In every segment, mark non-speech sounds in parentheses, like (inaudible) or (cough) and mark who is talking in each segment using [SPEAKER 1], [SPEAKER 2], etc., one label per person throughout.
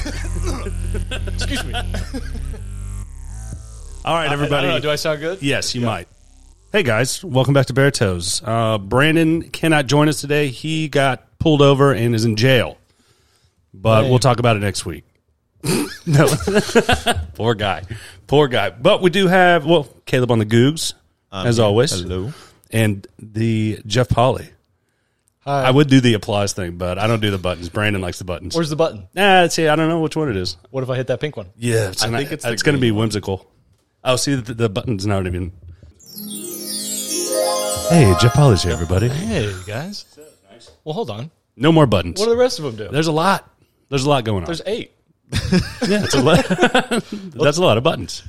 [SPEAKER 1] (laughs)
[SPEAKER 2] Excuse (laughs) me.
[SPEAKER 1] All right, everybody.
[SPEAKER 2] I don't know. Do I sound good?
[SPEAKER 1] Yes, you might. Hey guys, welcome back to Bear Toes. Uh, Brandon cannot join us today. He got pulled over and is in jail, but we'll talk about it next week. (laughs) no, (laughs) poor guy, poor guy. But we do have well Caleb on the Googs as always,
[SPEAKER 2] Hello.
[SPEAKER 1] and the Jeff Polly.
[SPEAKER 2] Hi.
[SPEAKER 1] I would do the applause thing, but I don't do the buttons. Brandon likes the buttons.
[SPEAKER 2] Where's the button?
[SPEAKER 1] Nah, see, I don't know which one it is.
[SPEAKER 2] What if I hit that pink one?
[SPEAKER 1] Yeah, it's
[SPEAKER 3] I think it's the
[SPEAKER 1] going to
[SPEAKER 3] green
[SPEAKER 1] be whimsical. Oh, see, the, the button's not even. Hey, Jeff Polly's here, everybody.
[SPEAKER 2] Hey, guys. Well, hold on.
[SPEAKER 1] No more buttons.
[SPEAKER 2] What do the rest of them do?
[SPEAKER 1] There's a lot. There's a lot going on.
[SPEAKER 2] There's eight.
[SPEAKER 1] yeah, it's a lot. (laughs) That's a lot of buttons.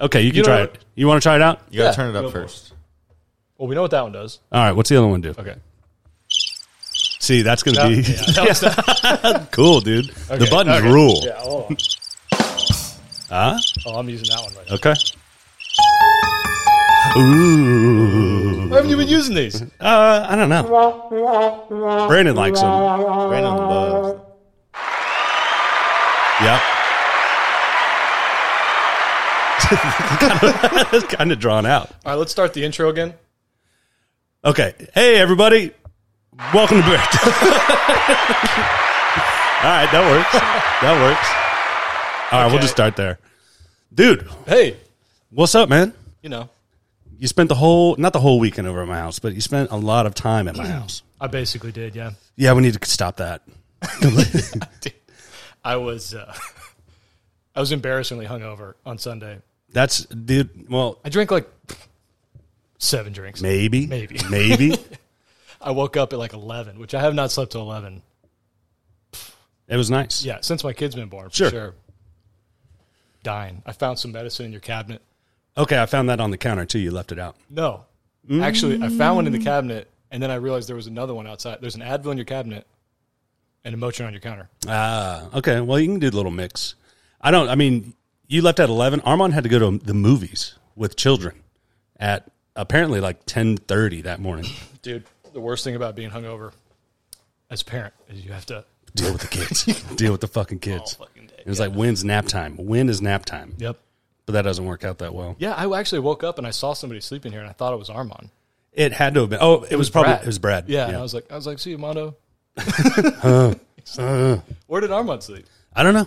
[SPEAKER 1] Okay, you can
[SPEAKER 2] You
[SPEAKER 1] try
[SPEAKER 2] know-
[SPEAKER 1] it. You want to try it out?
[SPEAKER 3] You gotta
[SPEAKER 2] Yeah.
[SPEAKER 3] turn it up first.
[SPEAKER 2] Well, we know what that one does.
[SPEAKER 1] All right, what's the other one do?
[SPEAKER 2] Okay.
[SPEAKER 1] See, that's going to
[SPEAKER 2] Yeah,
[SPEAKER 1] be
[SPEAKER 2] that was
[SPEAKER 1] (laughs)
[SPEAKER 2] not-
[SPEAKER 1] cool, dude. The
[SPEAKER 2] Okay,
[SPEAKER 1] buttons
[SPEAKER 2] okay.
[SPEAKER 1] rule.
[SPEAKER 2] Yeah, (laughs) hold on.
[SPEAKER 1] Huh?
[SPEAKER 2] Oh, I'm using that one right now.
[SPEAKER 1] Okay. Ooh.
[SPEAKER 2] Why haven't you been using these?
[SPEAKER 1] Uh, I don't know. Brandon likes them.
[SPEAKER 3] Brandon loves.
[SPEAKER 1] Yep. (laughs) (laughs) It's kind of drawn out.
[SPEAKER 2] All right, let's start the intro again.
[SPEAKER 1] Okay. Hey, everybody. Welcome to Bear. (laughs) All right. That works. That works. All right. We'll
[SPEAKER 2] Okay.
[SPEAKER 1] just start there. Dude,
[SPEAKER 2] Hey,
[SPEAKER 1] what's up, man?
[SPEAKER 2] you know,
[SPEAKER 1] You spent the whole, not the whole weekend over at my house, but you spent a lot of time at my
[SPEAKER 2] Mm.
[SPEAKER 1] house.
[SPEAKER 2] I basically did, yeah.
[SPEAKER 1] Yeah, we need to stop that.
[SPEAKER 2] I was uh, (laughs) I was embarrassingly hungover on Sunday.
[SPEAKER 1] That's, dude, well,
[SPEAKER 2] I drank like seven drinks.
[SPEAKER 1] maybe.
[SPEAKER 2] Maybe. (laughs)
[SPEAKER 1] Maybe.
[SPEAKER 2] I woke up at like 11, which I have not slept till 11.
[SPEAKER 1] It was nice.
[SPEAKER 2] Yeah, since my kid's been born, for
[SPEAKER 1] Sure.
[SPEAKER 2] sure. Dying. I found some medicine in your cabinet.
[SPEAKER 1] Okay. I found that on the counter too. You left it out.
[SPEAKER 2] No. Actually, I found one in the
[SPEAKER 1] Mm.
[SPEAKER 2] cabinet, and then I realized there was another one outside. There's an Advil in your cabinet and a Motrin on your counter.
[SPEAKER 1] Ah, okay. Well, you can do the little mix. I don't. I mean, you left at eleven. Armand had to go to the movies with children at apparently like ten thirty that morning.
[SPEAKER 2] Dude, the worst thing about being hungover as a parent is you have to
[SPEAKER 1] Deal with the
[SPEAKER 2] (laughs)
[SPEAKER 1] kids. Deal with the fucking kids.
[SPEAKER 2] fucking day.
[SPEAKER 1] it was like when's nap time? When is nap time?
[SPEAKER 2] Yep.
[SPEAKER 1] But that doesn't work out that well.
[SPEAKER 2] Yeah, I actually woke up and I saw somebody sleeping here, and I thought it was Armand.
[SPEAKER 1] It had to have been. Oh, it, was, probably it was Brad.
[SPEAKER 2] Yeah, and I was like, I was like, see you, Mondo.
[SPEAKER 1] (laughs)
[SPEAKER 2] (laughs) Where did Armand sleep?
[SPEAKER 1] I don't know.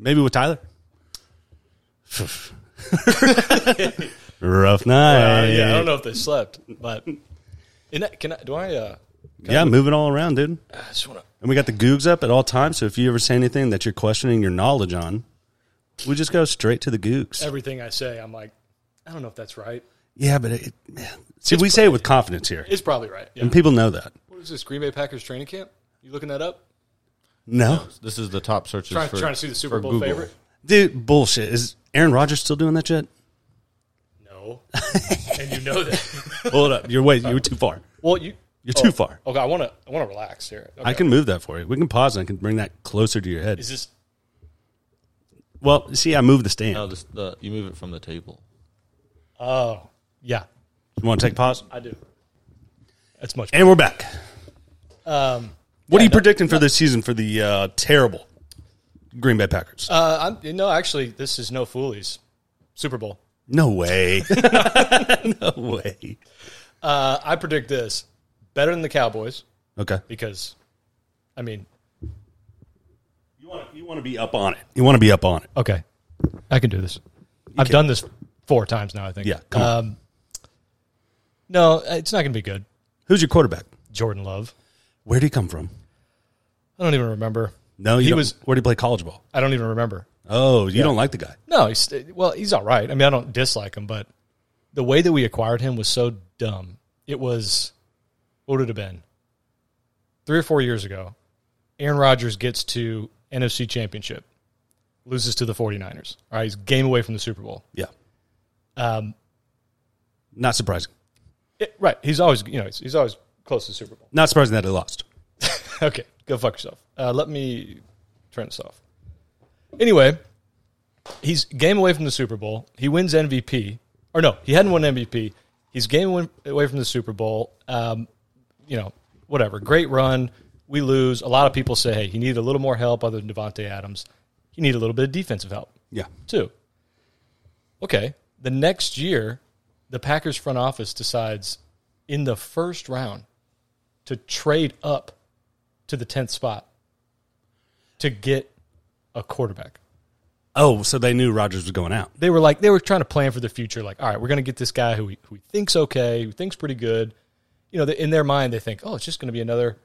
[SPEAKER 1] Maybe with
[SPEAKER 2] (laughs)
[SPEAKER 1] Tyler. (laughs) Rough night.
[SPEAKER 2] Uh, yeah, I don't know if they slept, but in that, can I? Do I? Uh,
[SPEAKER 1] Yeah, moving all around, dude.
[SPEAKER 2] I just want to.
[SPEAKER 1] And we got the Googs up at all times. So if you ever say anything that you're questioning your knowledge on, we just go straight to the Googs.
[SPEAKER 2] Everything I say, I'm like, I don't know if that's right.
[SPEAKER 1] Yeah, but it, man. see, we say it with confidence here,
[SPEAKER 2] It's probably right. Yeah.
[SPEAKER 1] and people know that.
[SPEAKER 2] What is this Green Bay Packers training camp? You looking that up?
[SPEAKER 1] No,
[SPEAKER 3] This is the top searches
[SPEAKER 2] Trying,
[SPEAKER 3] for
[SPEAKER 2] trying to see the Super
[SPEAKER 3] for
[SPEAKER 2] Bowl
[SPEAKER 3] Google.
[SPEAKER 2] favorite?
[SPEAKER 1] dude, bullshit. Is Aaron Rodgers still doing that shit?
[SPEAKER 3] (laughs)
[SPEAKER 2] No. and you know that.
[SPEAKER 1] Hold up, you're way you were too far.
[SPEAKER 2] Well, you.
[SPEAKER 1] You're too far.
[SPEAKER 2] Okay, I want to. I want to relax here. Okay.
[SPEAKER 1] I can move that for you. We can pause and I can bring that closer to your head.
[SPEAKER 2] Is this?
[SPEAKER 1] Well, see, I moved the stand.
[SPEAKER 3] No, this, the, you move it from the table.
[SPEAKER 2] Oh, yeah.
[SPEAKER 1] You want to take pause?
[SPEAKER 2] I do. That's much.
[SPEAKER 1] And we're back.
[SPEAKER 2] Um,
[SPEAKER 1] What are you predicting for this season for the uh, terrible Green Bay Packers?
[SPEAKER 2] uh, I'm, you know, actually, this is no foolies. Super Bowl.
[SPEAKER 1] no way. (laughs) no way.
[SPEAKER 2] Uh, I predict this better than the Cowboys
[SPEAKER 1] Okay.
[SPEAKER 2] because, I mean,
[SPEAKER 1] You want to you want to be up on it. You want to be up on it.
[SPEAKER 2] okay, I can do this. I've done this four times now. I think.
[SPEAKER 1] Yeah, come on.
[SPEAKER 2] um, No, it's not going to be good.
[SPEAKER 1] Who's your quarterback?
[SPEAKER 2] Jordan Love.
[SPEAKER 1] Where did he come from?
[SPEAKER 2] I don't even remember.
[SPEAKER 1] No, you
[SPEAKER 2] He
[SPEAKER 1] he was.
[SPEAKER 2] was-
[SPEAKER 1] Where did he play college ball?
[SPEAKER 2] I don't even remember.
[SPEAKER 1] Oh, you don't like the guy.
[SPEAKER 2] No, he's well, he's all right. I mean, I don't dislike him, but the way that we acquired him was so dumb. It was what would it have been? Three or four years ago, Aaron Rodgers gets to NFC Championship, loses to the 49ers. All right, he's a game away from the Super Bowl.
[SPEAKER 1] Yeah,
[SPEAKER 2] Um,
[SPEAKER 1] not surprising.
[SPEAKER 2] it- right, he's always you know he's, he's always close to the Super Bowl.
[SPEAKER 1] Not surprising that he lost.
[SPEAKER 2] okay, go fuck yourself. Uh, let me turn this off. Anyway, he's game away from the Super Bowl. He wins MVP, or no, he hadn't won MVP. He's game away- away from the Super Bowl. Um, you know, whatever. Great run. We lose. A lot of people say, hey, he needed a little more help other than Devontae Adams. He needed a little bit of defensive help.
[SPEAKER 1] Yeah.
[SPEAKER 2] Two. Okay. The next year, the Packers front office decides in the first round to trade up to the 10th spot to get a quarterback.
[SPEAKER 1] Oh, so they knew Rogers was going out.
[SPEAKER 2] They were like, they were trying to plan for the future. Like, all right, we're going to get this guy who we, who we think's okay, who thinks pretty good. You know, they, in their mind, they think, oh, it's just going to be another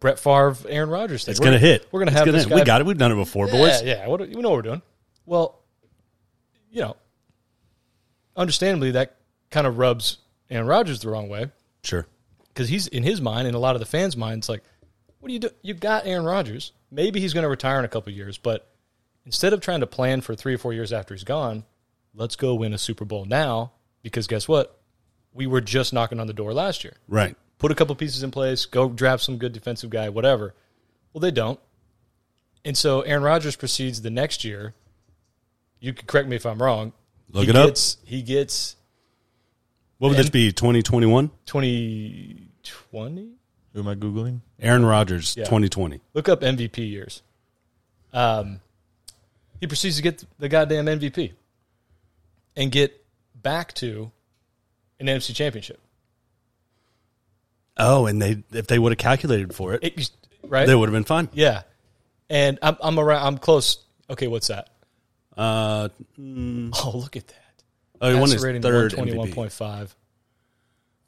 [SPEAKER 2] Brett Favre, Aaron Rodgers thing.
[SPEAKER 1] It's
[SPEAKER 2] We're-
[SPEAKER 1] going to hit.
[SPEAKER 2] We're going to
[SPEAKER 1] It's
[SPEAKER 2] have
[SPEAKER 1] gonna
[SPEAKER 2] this
[SPEAKER 1] hit.
[SPEAKER 2] guy
[SPEAKER 1] We got it. We've done it before, boys.
[SPEAKER 2] yeah, yeah. What, we know what we're doing. Well, you know, understandably, that kind of rubs Aaron Rodgers the wrong way
[SPEAKER 1] Sure.
[SPEAKER 2] because he's in his mind and a lot of the fans' minds like, what do you do? You got Aaron Rodgers. Maybe he's going to retire in a couple of years, but instead of trying to plan for three or four years after he's gone, let's go win a Super Bowl now because guess what? We were just knocking on the door last year
[SPEAKER 1] Right.
[SPEAKER 2] put a couple pieces in place, go draft some good defensive guy, whatever. Well, they don't. And so Aaron Rodgers proceeds the next year. You can correct me if I'm wrong.
[SPEAKER 1] Look
[SPEAKER 2] he
[SPEAKER 1] it up.
[SPEAKER 2] gets, up. He gets
[SPEAKER 1] What would this
[SPEAKER 2] And-
[SPEAKER 1] be? 2021?
[SPEAKER 2] 2020.
[SPEAKER 3] Who am I Googling?
[SPEAKER 1] Aaron Rodgers,
[SPEAKER 2] Yeah.
[SPEAKER 1] 2020.
[SPEAKER 2] Look up MVP years. Um, he proceeds to get the goddamn MVP and get back to an NFC championship.
[SPEAKER 1] Oh, and they if they would have calculated for it,
[SPEAKER 2] It, right?
[SPEAKER 1] they would have been fine.
[SPEAKER 2] yeah. And I'm, I'm around, I'm close. Okay, what's that? (laughs)
[SPEAKER 1] Uh,
[SPEAKER 2] Oh, look at that.
[SPEAKER 1] oh, he won his
[SPEAKER 2] passer rating
[SPEAKER 1] third 121 MVP.
[SPEAKER 2] 121.5,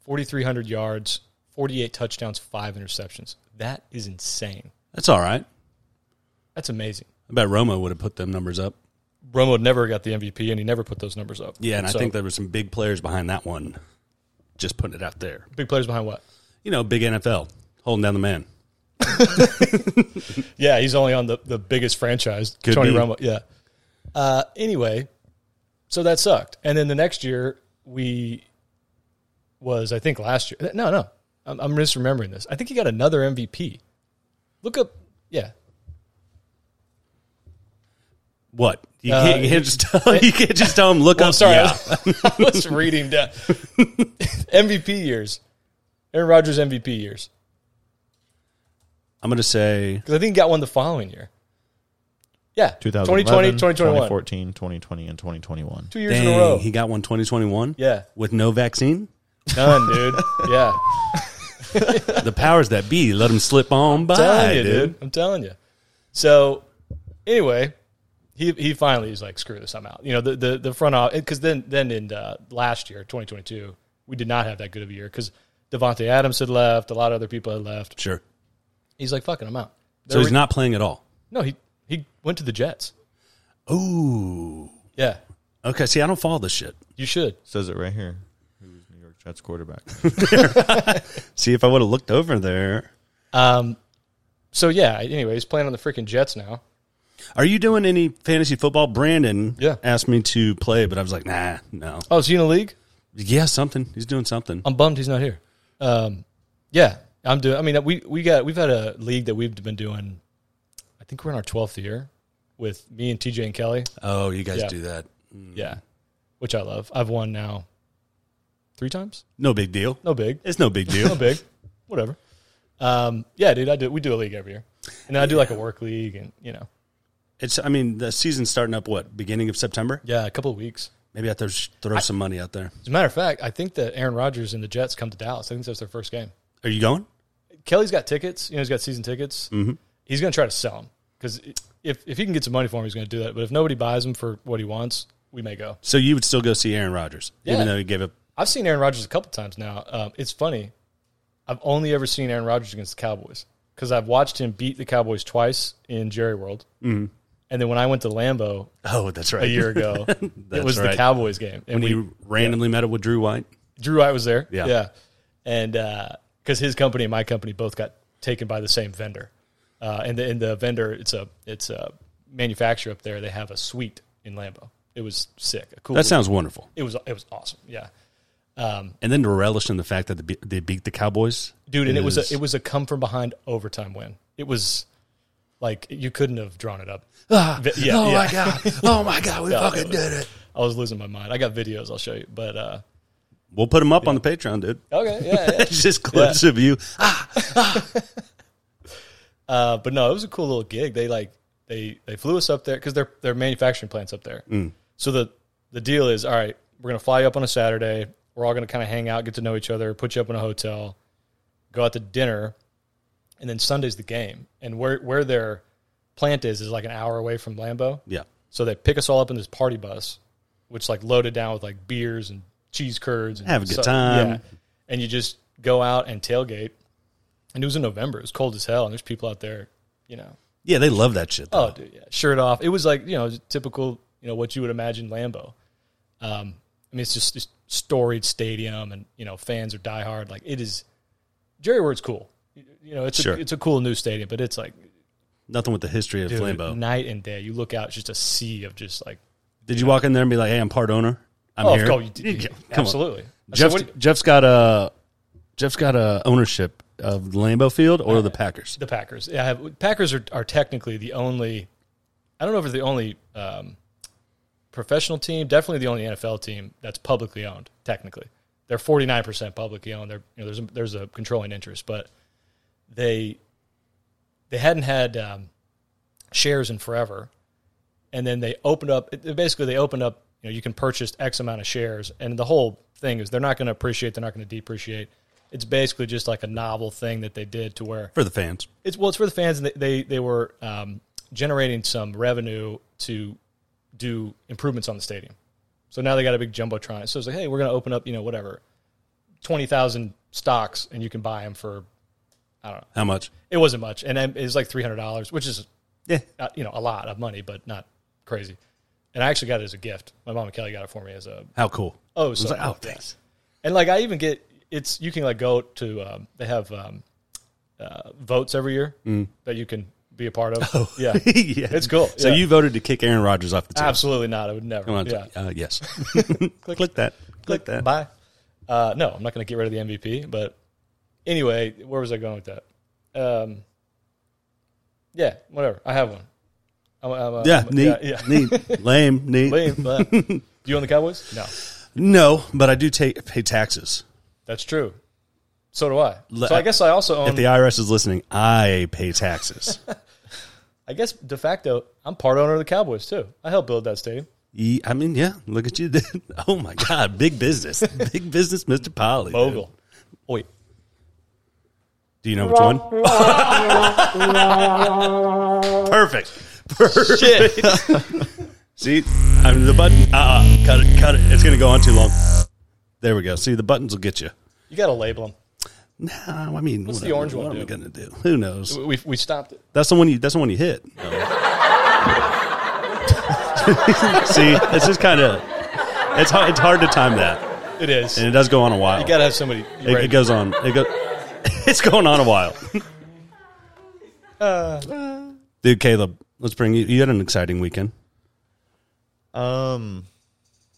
[SPEAKER 2] 4,300 yards, 48 touchdowns, five interceptions. That is insane.
[SPEAKER 1] That's all right.
[SPEAKER 2] That's amazing.
[SPEAKER 1] I bet Romo would have put them numbers up.
[SPEAKER 2] Romo never got the MVP, and he never put those numbers up.
[SPEAKER 1] Yeah, and
[SPEAKER 2] So,
[SPEAKER 1] I think there were some big players behind that one. Just putting it out there.
[SPEAKER 2] big players behind what?
[SPEAKER 1] You know, big NFL holding down the man.
[SPEAKER 2] Yeah, he's only on the, the biggest franchise,
[SPEAKER 1] Could
[SPEAKER 2] Tony
[SPEAKER 1] be.
[SPEAKER 2] Romo. Yeah. Uh, anyway, so that sucked. And then the next year we was I think last year. No, no, I'm, I'm misremembering this. I think he got another MVP. Look up, yeah,
[SPEAKER 1] What you,
[SPEAKER 2] Uh,
[SPEAKER 1] can't, you can't just tell you can't just tell him look
[SPEAKER 2] Well,
[SPEAKER 1] up.
[SPEAKER 2] sorry,
[SPEAKER 1] yeah.
[SPEAKER 2] I, was, (laughs) I was reading down (laughs) MVP years, Aaron Rodgers MVP years
[SPEAKER 1] I'm gonna say
[SPEAKER 2] because I think he got one the following year. Yeah,
[SPEAKER 3] 2020,
[SPEAKER 2] 2020, 2021,
[SPEAKER 3] 2014, 2020, and 2021.
[SPEAKER 2] two years in a row.
[SPEAKER 1] dang he got one 2021
[SPEAKER 2] yeah,
[SPEAKER 1] with no vaccine.
[SPEAKER 2] done, dude. Yeah,
[SPEAKER 1] (laughs) the powers that be let him slip on by,
[SPEAKER 2] telling you,
[SPEAKER 1] dude.
[SPEAKER 2] dude. I'm telling you. So, anyway, he he finally is like, screw this, I'm out. You know, the the, the front office because then then in uh, last year, 2022, we did not have that good of a year because Devonte Adams had left, a lot of other people had left.
[SPEAKER 1] Sure.
[SPEAKER 2] He's like, fucking, I'm out.
[SPEAKER 1] So he's
[SPEAKER 2] They're-
[SPEAKER 1] not playing at all.
[SPEAKER 2] No, he he went to the Jets.
[SPEAKER 1] Ooh.
[SPEAKER 2] Yeah,
[SPEAKER 1] Okay. See, I don't follow this shit.
[SPEAKER 2] you should.
[SPEAKER 3] Says it right here. Who was New York Jets
[SPEAKER 2] (laughs)
[SPEAKER 3] quarterback?
[SPEAKER 1] See, if I would have looked over there,
[SPEAKER 2] Um, so yeah. Anyway, he's playing on the freaking Jets now.
[SPEAKER 1] are you doing any fantasy football? Brandon
[SPEAKER 2] Yeah.
[SPEAKER 1] asked me to play, but I was like, nah, no.
[SPEAKER 2] Oh, is he in the league?
[SPEAKER 1] Yeah, something. He's doing something.
[SPEAKER 2] I'm bummed he's not here. Um, yeah, I'm doing. I mean, we we got we've had a league that we've been doing. I think we're in our twelfth year with me and TJ and Kelly.
[SPEAKER 1] Oh, you guys
[SPEAKER 2] Yeah.
[SPEAKER 1] do that.
[SPEAKER 2] Yeah, which I love. I've won now three times.
[SPEAKER 1] No big deal.
[SPEAKER 2] No big,
[SPEAKER 1] It's no big
[SPEAKER 2] no
[SPEAKER 1] deal. (laughs)
[SPEAKER 2] big, whatever. Um, yeah, dude, I do. We do a league every year, and then I do like a work league, and you know,
[SPEAKER 1] it's. I mean, the season's starting up. What beginning of September?
[SPEAKER 2] yeah, a couple of weeks.
[SPEAKER 1] Maybe I have to sh- throw some money out there.
[SPEAKER 2] As a matter of fact, I think that Aaron Rodgers and the Jets come to Dallas. I think that's their first game.
[SPEAKER 1] Are you going?
[SPEAKER 2] Kelly's got tickets. You know, he's got season tickets. Mm-hmm. He's going to try to sell them because if, if he can get some money for him, he's going to do that. But if nobody buys him for what he wants, we may go.
[SPEAKER 1] So you would still go see Aaron Rodgers,
[SPEAKER 2] Yeah.
[SPEAKER 1] even though he gave up.
[SPEAKER 2] I've seen Aaron Rodgers a couple times now. Um, it's funny. I've only ever seen Aaron Rodgers against the Cowboys because I've watched him beat the Cowboys twice in Jerry World. Mm-hmm. And then when I went to Lambeau
[SPEAKER 1] Oh, that's right.
[SPEAKER 2] a
[SPEAKER 1] (laughs)
[SPEAKER 2] year ago, it
[SPEAKER 1] That's
[SPEAKER 2] was the
[SPEAKER 1] right.
[SPEAKER 2] Cowboys game.
[SPEAKER 1] when
[SPEAKER 2] And we,
[SPEAKER 1] he randomly met up with Drew White.
[SPEAKER 2] Drew White was there.
[SPEAKER 1] Yeah.
[SPEAKER 2] Yeah. And because his company and my company both got taken by the same vendor. Uh, and, the, and the vendor, it's a it's a manufacturer up there. They have a suite in Lambo. It was sick. A cool.
[SPEAKER 1] That sounds wonderful.
[SPEAKER 2] it was it was awesome. Yeah,
[SPEAKER 1] And then to relish in the fact that the, Be- they beat the Cowboys,
[SPEAKER 2] dude. And it was
[SPEAKER 1] is-
[SPEAKER 2] a, it was a come from behind overtime win. It was like you couldn't have drawn it up.
[SPEAKER 1] Ah,
[SPEAKER 2] Vi- yeah, yeah.
[SPEAKER 1] god!
[SPEAKER 2] (laughs)
[SPEAKER 1] Oh my god! We
[SPEAKER 2] it was-
[SPEAKER 1] it.
[SPEAKER 2] I was losing my mind. I got videos. I'll show you. But uh,
[SPEAKER 1] We'll put them up on the Patreon, dude.
[SPEAKER 2] okay, yeah, yeah.
[SPEAKER 1] It's (laughs) just clips of you. Ah,
[SPEAKER 2] Uh, but no, it was a cool little gig. They like they they flew us up there because their their manufacturing plants up there. So the the deal is all right. We're gonna fly you up on a Saturday. We're all gonna kind of hang out, get to know each other, put you up in a hotel, go out to dinner, and then Sunday's the game. And where where their plant is is like an hour away from Lambeau.
[SPEAKER 1] Yeah.
[SPEAKER 2] So they pick us all up in this party bus, which like loaded down with like beers and cheese curds. And
[SPEAKER 1] Have a good
[SPEAKER 2] so-
[SPEAKER 1] time.
[SPEAKER 2] And you just go out and tailgate. And it was in November. It was cold as hell. And there's people out there, you know.
[SPEAKER 1] Yeah, they love that shit. Though.
[SPEAKER 2] Oh, dude, yeah. Shirt off. It was like, you know, typical, you know, what you would imagine Lambo. Um, I mean, it's just this storied stadium and, you know, fans are diehard. Like it is, Jerry Word's cool. You- You know, it's,
[SPEAKER 1] Sure.
[SPEAKER 2] a, it's a cool new stadium, but it's like
[SPEAKER 1] Nothing with the history of
[SPEAKER 2] dude,
[SPEAKER 1] Flambeau.
[SPEAKER 2] night and day. You look out, it's just a sea of just like
[SPEAKER 1] Did you walk in there and be like, "Hey, I'm part owner. I'm
[SPEAKER 2] oh,
[SPEAKER 1] here."
[SPEAKER 2] oh, you did- you-
[SPEAKER 1] Come on.
[SPEAKER 2] absolutely. I said,
[SPEAKER 1] Jeff,
[SPEAKER 2] what do you-
[SPEAKER 1] Jeff's got a Jeff's got a ownership of Lambeau Field or the Packers.
[SPEAKER 2] the Packers. Yeah, I have, Packers are, are technically the only. I don't know if they're the only um, professional team. Definitely the only NFL team that's publicly owned. Technically, they're forty nine percent publicly owned. They're, you know, there's a, there's a controlling interest, but they they hadn't had um, shares in forever, and then they opened up. it- Basically, they opened up. You know, you can purchase X amount of shares, and the whole thing is they're not going to appreciate. They're not going to depreciate. It's basically just like a novel thing that they did to where
[SPEAKER 1] For the fans,
[SPEAKER 2] it's well, it's for the fans, and they they, they were um, generating some revenue to do improvements on the stadium. So now they got a big jumbotron. So it's like, hey, we're going to open up, you know, whatever, twenty thousand stocks, and you can buy them for
[SPEAKER 1] how much?
[SPEAKER 2] it wasn't much, and then it was like three hundred dollars, which is
[SPEAKER 1] Yeah,
[SPEAKER 2] uh, you know a lot of money, but not crazy. And I actually got it as a gift. My mom and Kelly got it for me as a
[SPEAKER 1] how cool.
[SPEAKER 2] oh,
[SPEAKER 1] I was
[SPEAKER 2] so
[SPEAKER 1] like, oh, thanks. (laughs)
[SPEAKER 2] and like I even get it's you can like go to um, they have um, uh, votes every year that you can be a part of. Yeah,
[SPEAKER 1] (laughs) Yeah.
[SPEAKER 2] it's cool.
[SPEAKER 1] So
[SPEAKER 2] Yeah.
[SPEAKER 1] you voted to kick Aaron Rodgers off the team.
[SPEAKER 2] absolutely not. I would never.
[SPEAKER 1] Come on,
[SPEAKER 2] yeah,
[SPEAKER 1] uh,
[SPEAKER 2] (laughs)
[SPEAKER 1] yes. click, that. Click that.
[SPEAKER 2] Bye. Uh, no, I'm not going to get rid of the MVP. But anyway, where was I going with that? Um, yeah, whatever. I have one. I'm, I'm, uh,
[SPEAKER 1] Yeah,
[SPEAKER 2] I'm-
[SPEAKER 1] neat,
[SPEAKER 2] yeah.
[SPEAKER 1] (laughs) neat, lame, neat.
[SPEAKER 2] Lame,
[SPEAKER 1] (laughs)
[SPEAKER 2] but- Do you own the Cowboys? No,
[SPEAKER 1] No, but I do take pay taxes.
[SPEAKER 2] that's true. So do I.
[SPEAKER 1] Le-
[SPEAKER 2] So I guess I also own.
[SPEAKER 1] If the IRS is listening, I pay taxes.
[SPEAKER 2] I guess de facto, I'm part owner of the Cowboys too. I helped build that stadium.
[SPEAKER 1] Ye- I mean, yeah, look at you. (laughs) dude. Oh my God, big business, big business, Mister Polly. dude.
[SPEAKER 2] Bogle. Wait,
[SPEAKER 1] Do you know which one? (laughs) Perfect. Perfect.
[SPEAKER 2] shit.
[SPEAKER 1] (laughs) See, I'm the button. Uh, uh cut it, cut it. It's gonna go on too long. There we go. See, the buttons will get you.
[SPEAKER 2] you got to label them.
[SPEAKER 1] No, I mean, what's
[SPEAKER 2] the orange
[SPEAKER 1] what
[SPEAKER 2] one
[SPEAKER 1] am I
[SPEAKER 2] do?
[SPEAKER 1] gonna do? Who knows?
[SPEAKER 2] We, we stopped it.
[SPEAKER 1] That's the one you. That's the one you hit. (laughs) See, it's just kind of. It's hard. It's hard to time that,
[SPEAKER 2] It is.
[SPEAKER 1] and it does go on a while.
[SPEAKER 2] you got to have somebody.
[SPEAKER 1] it, it goes on. It go, (laughs) It's going on a while.
[SPEAKER 3] Uh,
[SPEAKER 1] Dude, Caleb, let's bring you. You had an exciting weekend
[SPEAKER 3] Um,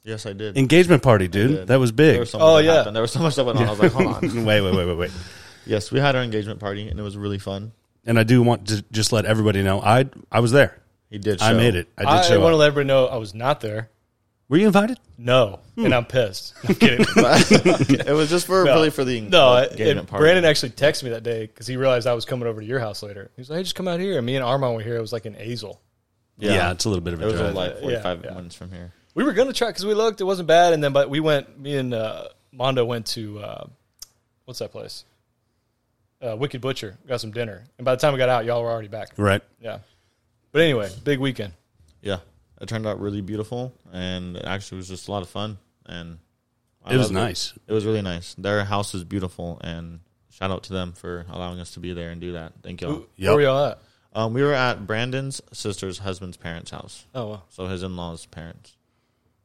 [SPEAKER 3] yes, I did.
[SPEAKER 1] engagement party, dude.
[SPEAKER 3] did.
[SPEAKER 1] That was
[SPEAKER 3] There
[SPEAKER 1] big.
[SPEAKER 3] was so much
[SPEAKER 2] Oh,
[SPEAKER 3] that
[SPEAKER 2] yeah.
[SPEAKER 3] happened. There was so much that went on. I was like, hold
[SPEAKER 2] (laughs)
[SPEAKER 3] on.
[SPEAKER 1] wait, wait, wait, wait, wait.
[SPEAKER 3] yes, we had our engagement party and it was really fun.
[SPEAKER 1] And I do want to just let everybody know I I was there.
[SPEAKER 3] He did. Show.
[SPEAKER 1] I made it. I did
[SPEAKER 2] I,
[SPEAKER 1] show
[SPEAKER 2] want to
[SPEAKER 1] up.
[SPEAKER 2] let everybody know I was not there.
[SPEAKER 1] Were you invited?
[SPEAKER 2] No, and I'm pissed. I'm kidding.
[SPEAKER 3] (laughs) it was just for
[SPEAKER 2] No.
[SPEAKER 3] really for the
[SPEAKER 2] no,
[SPEAKER 3] uh,
[SPEAKER 2] I-
[SPEAKER 3] engagement
[SPEAKER 2] and
[SPEAKER 3] party.
[SPEAKER 2] Brandon actually texted me that day because he realized I was coming over to your house later. He was like, "Hey, just come out here." And me and Armand were here. It was like an Azel.
[SPEAKER 1] Yeah, it's a little bit of
[SPEAKER 3] it
[SPEAKER 1] a
[SPEAKER 3] was a
[SPEAKER 1] drive.
[SPEAKER 3] like
[SPEAKER 2] Yeah,
[SPEAKER 3] 45
[SPEAKER 2] yeah.
[SPEAKER 3] minutes from here.
[SPEAKER 2] We were gonna try because we looked. It wasn't bad, and then but we went. Me and uh, Mondo went to uh, what's that place? Uh, Wicked Butcher. Got some dinner, and by the time we got out, y'all were already back.
[SPEAKER 1] right.
[SPEAKER 2] Yeah. But anyway, big weekend.
[SPEAKER 3] Yeah, it turned out really beautiful and it actually was just a lot of fun. And I
[SPEAKER 1] It was
[SPEAKER 3] loved
[SPEAKER 1] nice.
[SPEAKER 3] It was really nice. Their house is beautiful, and shout out to them for allowing us to be there and do that. Thank y'all.
[SPEAKER 2] Who- Where were y'all at?
[SPEAKER 3] Um, we were at Brandon's sister's husband's parents' house,
[SPEAKER 2] Oh wow.
[SPEAKER 3] so his in-laws' parents.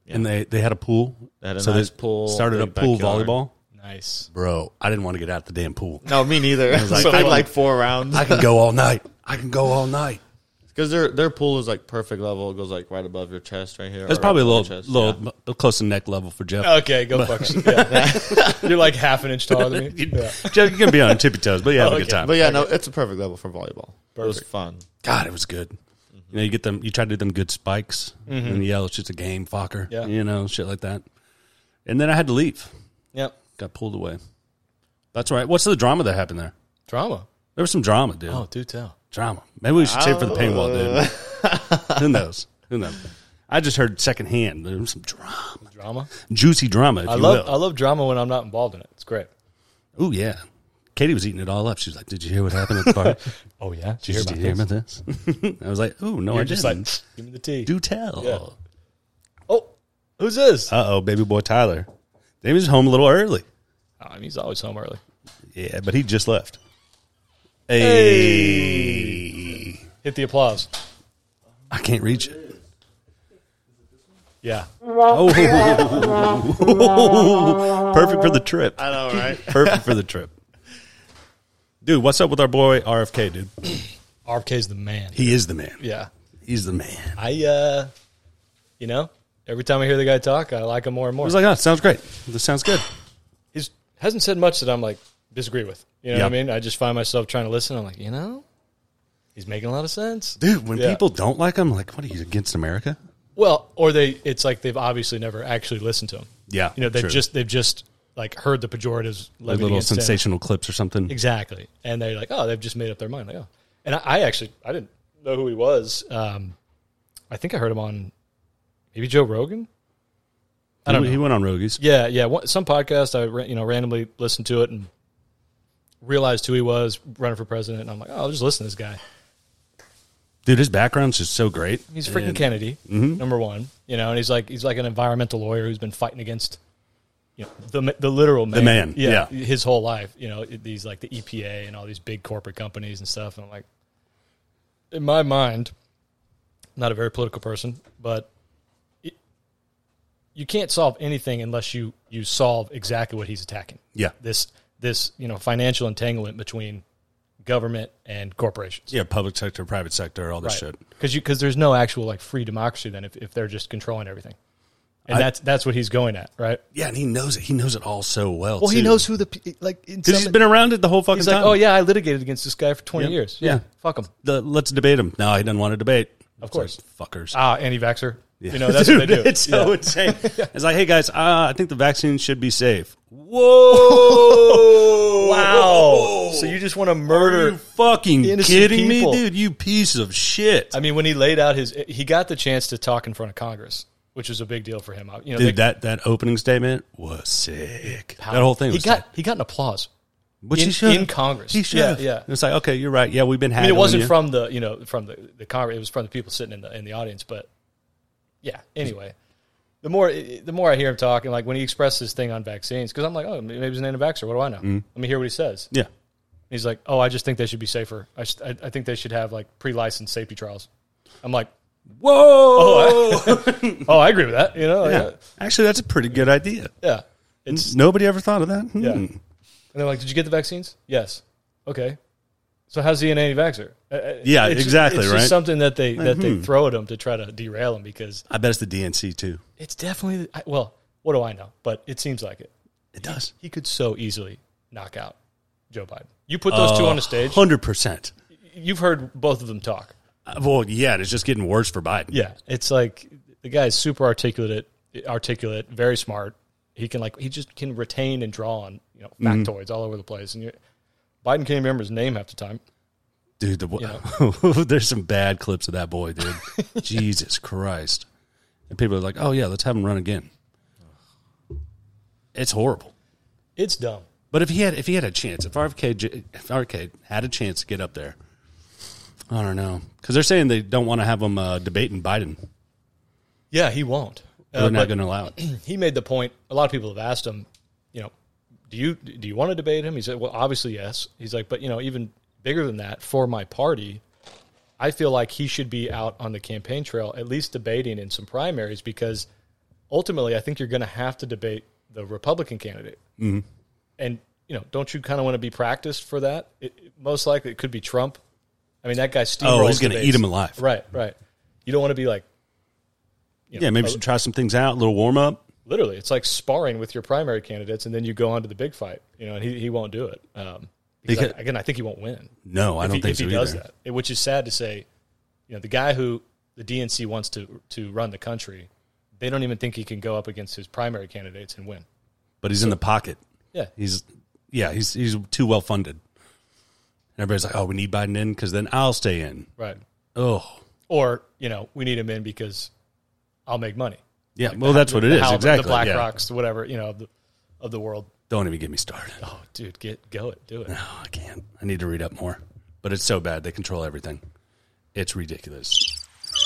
[SPEAKER 1] And they they had a pool.
[SPEAKER 3] They had a
[SPEAKER 1] so
[SPEAKER 3] nice
[SPEAKER 1] they
[SPEAKER 3] pool,
[SPEAKER 1] Started a
[SPEAKER 3] big
[SPEAKER 1] pool
[SPEAKER 3] backyard.
[SPEAKER 1] volleyball.
[SPEAKER 2] Nice.
[SPEAKER 1] Bro, I didn't want to get out the damn pool.
[SPEAKER 3] No,
[SPEAKER 1] (laughs)
[SPEAKER 3] me neither. (laughs) I
[SPEAKER 2] like-
[SPEAKER 3] played like four rounds
[SPEAKER 1] I can go all night. I can go all night.
[SPEAKER 3] because their their pool is like perfect level. It goes like right above your chest, right here.
[SPEAKER 1] That's
[SPEAKER 3] or
[SPEAKER 1] probably a
[SPEAKER 3] right below
[SPEAKER 1] little,
[SPEAKER 3] your chest.
[SPEAKER 1] little m- close to neck level for Jeff.
[SPEAKER 2] Okay, go fuck. yourself. Yeah. You're like half an inch taller than me. Yeah.
[SPEAKER 1] (laughs) Jeff, you're gonna be on tippy toes, but
[SPEAKER 2] (laughs)
[SPEAKER 1] you have a good
[SPEAKER 2] Oh, okay.
[SPEAKER 1] time.
[SPEAKER 3] Yeah. But yeah, no, it's a perfect level for volleyball. It was fun.
[SPEAKER 1] God, it was good.
[SPEAKER 2] Mm-hmm.
[SPEAKER 1] You know, you get them. You try to do them good spikes, and yell, "It's just a game, fucker."
[SPEAKER 2] Yeah.
[SPEAKER 1] you know, shit like that. And then I had to leave.
[SPEAKER 2] Yep.
[SPEAKER 1] Got pulled away. That's all right. What's the drama that happened there?
[SPEAKER 2] Drama.
[SPEAKER 1] There was some drama, dude.
[SPEAKER 2] Oh, do tell.
[SPEAKER 1] Drama. Maybe we should save it for the paywall, dude.
[SPEAKER 2] Oh.
[SPEAKER 1] (laughs) Who knows? Who knows? I just heard secondhand. There was some drama,
[SPEAKER 2] Drama.
[SPEAKER 1] juicy drama, if
[SPEAKER 2] I
[SPEAKER 1] you
[SPEAKER 2] love I
[SPEAKER 1] will.
[SPEAKER 2] love drama when I'm not involved in it. It's great.
[SPEAKER 1] Oh yeah, Katie was eating it all up. She was like, "Did you hear what happened at the
[SPEAKER 2] (laughs)
[SPEAKER 1] party?
[SPEAKER 2] Oh yeah. Did you hear
[SPEAKER 1] Did
[SPEAKER 2] about
[SPEAKER 1] you hear
[SPEAKER 2] this?
[SPEAKER 1] about this?" (laughs) I was like, "Ooh, no, I
[SPEAKER 2] You're
[SPEAKER 1] just
[SPEAKER 2] just
[SPEAKER 1] didn't."
[SPEAKER 2] like give me the tea.
[SPEAKER 1] Do tell.
[SPEAKER 2] Yeah. Oh, who's this?
[SPEAKER 1] Uh oh, baby boy Tyler. He was home a little early.
[SPEAKER 2] Oh, and he's always home early.
[SPEAKER 1] Yeah, but he just left. Hey.
[SPEAKER 2] Hit the applause.
[SPEAKER 1] I can't reach it.
[SPEAKER 2] Yeah.
[SPEAKER 1] Oh, (laughs) perfect for the trip.
[SPEAKER 3] I know, (laughs) right?
[SPEAKER 1] Perfect for the trip. Dude, what's up with our boy RFK, dude?
[SPEAKER 2] RFK's the man.
[SPEAKER 1] He is the man.
[SPEAKER 2] yeah.
[SPEAKER 1] He's the man.
[SPEAKER 2] I uh you know, every time I hear the guy talk, I like him more and more.
[SPEAKER 1] I was like, oh, sounds great. This sounds good.
[SPEAKER 2] he's hasn't said much that I'm like disagree with. You know what I
[SPEAKER 1] Yeah.
[SPEAKER 2] mean? I just find myself trying to listen. I'm like, you know, he's making a lot of sense.
[SPEAKER 1] Dude, when
[SPEAKER 2] Yeah.
[SPEAKER 1] people don't like him, like, what are you against America?
[SPEAKER 2] Well, or they it's like they've obviously never actually listened to him.
[SPEAKER 1] Yeah,
[SPEAKER 2] You know, they've
[SPEAKER 1] true.
[SPEAKER 2] just they've just like heard the pejoratives
[SPEAKER 1] Like
[SPEAKER 2] levied
[SPEAKER 1] little
[SPEAKER 2] against him.
[SPEAKER 1] sensational clips or something.
[SPEAKER 2] Exactly. And they're like, oh, they've just made up their mind. Like, oh. And I, I actually I didn't know who he was. Um, I think I heard him on maybe Joe Rogan. I don't
[SPEAKER 1] he,
[SPEAKER 2] know.
[SPEAKER 1] he went on Rogies.
[SPEAKER 2] Yeah, yeah. One- Some podcast I ra- you know randomly listened to it and realized who he was running for president, and I'm like, oh, I'll just listen to this guy.
[SPEAKER 1] Dude, his background's just so great.
[SPEAKER 2] He's freaking
[SPEAKER 1] And- Mm-hmm.
[SPEAKER 2] Kennedy, number one, you know, and he's like he's like an environmental lawyer who's been fighting against you know the ma- the literal man,
[SPEAKER 1] man, yeah.
[SPEAKER 2] his whole life. You know, these like the EPA and all these big corporate companies and stuff. And I'm like, in my mind, not a very political person, but. it- You can't solve anything unless you, you solve exactly what he's attacking.
[SPEAKER 1] Yeah.
[SPEAKER 2] this this you know financial entanglement between government and corporations.
[SPEAKER 1] Yeah, public sector, private sector, all this shit.
[SPEAKER 2] Because you because there's no actual like free democracy then if, if they're just controlling everything, and
[SPEAKER 1] I-
[SPEAKER 2] that's that's what he's going at, right?
[SPEAKER 1] Yeah, and he knows it. He knows it all so well.
[SPEAKER 2] Well, he knows who the pe- like
[SPEAKER 1] because he's been around it the whole fucking
[SPEAKER 2] he's
[SPEAKER 1] time.
[SPEAKER 2] like, oh yeah, I litigated against this guy for twenty
[SPEAKER 1] Yeah.
[SPEAKER 2] years. Yeah,
[SPEAKER 1] Yeah.
[SPEAKER 2] fuck him.
[SPEAKER 1] The- let's debate him. No, he doesn't want to debate. It's
[SPEAKER 2] course.
[SPEAKER 1] like, fuckers.
[SPEAKER 2] Ah, anti-vaxer. You know that's what they
[SPEAKER 1] Dude,
[SPEAKER 2] do.
[SPEAKER 1] (laughs) It's so
[SPEAKER 2] (laughs)
[SPEAKER 1] insane. It's like, hey guys, uh, I think the vaccine should be safe. (laughs) Whoa!
[SPEAKER 2] Wow. So you just want to
[SPEAKER 1] Are
[SPEAKER 2] murder?
[SPEAKER 1] you fucking
[SPEAKER 2] innocent
[SPEAKER 1] kidding
[SPEAKER 2] people.
[SPEAKER 1] me, dude? You piece of shit,
[SPEAKER 2] I mean, when he laid out his, he got the chance to talk in front of Congress, which was a big deal for him. Uh, You know,
[SPEAKER 1] dude.
[SPEAKER 2] they-
[SPEAKER 1] that that opening statement was sick. That whole thing.
[SPEAKER 2] He
[SPEAKER 1] was
[SPEAKER 2] got
[SPEAKER 1] tight.
[SPEAKER 2] he got an applause.
[SPEAKER 1] Which
[SPEAKER 2] in-
[SPEAKER 1] he should
[SPEAKER 2] in Congress.
[SPEAKER 1] He
[SPEAKER 2] Yeah,
[SPEAKER 1] should.
[SPEAKER 2] yeah.
[SPEAKER 1] It's like, okay, you're right. Yeah, we've been.
[SPEAKER 2] I mean, it wasn't from the you know from the the Congress. It was from the people sitting in the in the audience. But yeah, anyway, the more the more I hear him talking, like when he expressed his thing on vaccines, because I'm like, oh, maybe he's an anti-vaxxer. What do I know?
[SPEAKER 1] Mm-hmm.
[SPEAKER 2] Let me hear what he says.
[SPEAKER 1] Yeah.
[SPEAKER 2] He's like, oh, I just think they should be safer. I, s- I, I think they should have like pre-licensed safety trials. I'm like,
[SPEAKER 1] Whoa.
[SPEAKER 2] oh, I agree with that. You know, like,
[SPEAKER 1] (laughs) Yeah.
[SPEAKER 2] uh,
[SPEAKER 1] Actually, that's a pretty good idea.
[SPEAKER 2] yeah. It's
[SPEAKER 1] Nobody ever thought of that. Hmm.
[SPEAKER 2] Yeah. And they're like, did you get the vaccines? Yes. Okay. So how's he an anti-vaxxer? Uh, uh,
[SPEAKER 1] Yeah,
[SPEAKER 2] it's-
[SPEAKER 1] exactly,
[SPEAKER 2] It's
[SPEAKER 1] right? hmm.
[SPEAKER 2] just something that they that they throw at him to try to derail him because
[SPEAKER 1] I bet it's the DNC too.
[SPEAKER 2] it's definitely I- well. What do I know? But it seems like it.
[SPEAKER 1] It does.
[SPEAKER 2] He could so easily knock out Joe Biden. You put those two on the stage. (laughs)
[SPEAKER 1] Hundred percent. Uh,
[SPEAKER 2] You've heard both of them talk.
[SPEAKER 1] Well, yeah, and it's just getting worse for Biden.
[SPEAKER 2] Yeah, it's like the guy's super articulate, articulate, very smart. He can like he just can retain and draw on you know factoids all over the place. And you, Biden can't remember his name half the time.
[SPEAKER 1] dude. The, (laughs) there's some bad clips of that boy,
[SPEAKER 2] (laughs)
[SPEAKER 1] dude. Jesus Christ! And people are like, "Oh yeah, let's have him run again." It's horrible.
[SPEAKER 2] It's dumb.
[SPEAKER 1] But if he had, if he had a chance, if RFK, j- if RFK had a chance to get up there, I don't know, because they're saying they don't want to have him uh, debating Biden.
[SPEAKER 2] Yeah, he won't.
[SPEAKER 1] They're
[SPEAKER 2] Uh,
[SPEAKER 1] not
[SPEAKER 2] but
[SPEAKER 1] going to allow it.
[SPEAKER 2] he made the point. A lot of people have asked him, you know, do you do you want to debate him? He said, well, obviously yes. He's like, but you know, even bigger than that, for my party, I feel like he should be out on the campaign trail, at least debating in some primaries, because ultimately, I think you're going to have to debate the Republican candidate. Mm-hmm. And you know, don't you kind of want to be practiced for that? It, it- most likely, it could be Trump. I mean, that guy steamrolls.
[SPEAKER 1] Oh, he's going to
[SPEAKER 2] debates.
[SPEAKER 1] eat him alive.
[SPEAKER 2] Right, right. You don't want to be like, you know,
[SPEAKER 1] Yeah, maybe
[SPEAKER 2] a-
[SPEAKER 1] should try some things out. A little warm up.
[SPEAKER 2] literally it's like sparring with your primary candidates and then you go on to the big fight you know and he, he won't do it um, because
[SPEAKER 1] Because-
[SPEAKER 2] I- again i think he won't win
[SPEAKER 1] No, I
[SPEAKER 2] if
[SPEAKER 1] don't
[SPEAKER 2] he,
[SPEAKER 1] think
[SPEAKER 2] if
[SPEAKER 1] so
[SPEAKER 2] he
[SPEAKER 1] either.
[SPEAKER 2] does that It- which is sad to say you know the guy who the dnc wants to to run the country they don't even think he can go up against his primary candidates and win
[SPEAKER 1] But he's in the pocket.
[SPEAKER 2] yeah
[SPEAKER 1] He's yeah, he's he's too well funded. And everybody's like, "Oh, we need Biden in because then I'll stay in."
[SPEAKER 2] right
[SPEAKER 1] Oh,
[SPEAKER 2] or you know, we need him in because I'll make money.
[SPEAKER 1] Yeah, well, that's what it is.
[SPEAKER 2] How
[SPEAKER 1] exactly.
[SPEAKER 2] The Black
[SPEAKER 1] yeah.
[SPEAKER 2] Rocks, whatever, you know, of the, of the world.
[SPEAKER 1] Don't even get me started.
[SPEAKER 2] Oh, dude, get go it, do it.
[SPEAKER 1] Oh, I can't. I need to read up more. But it's so bad. They control everything. It's ridiculous. (laughs)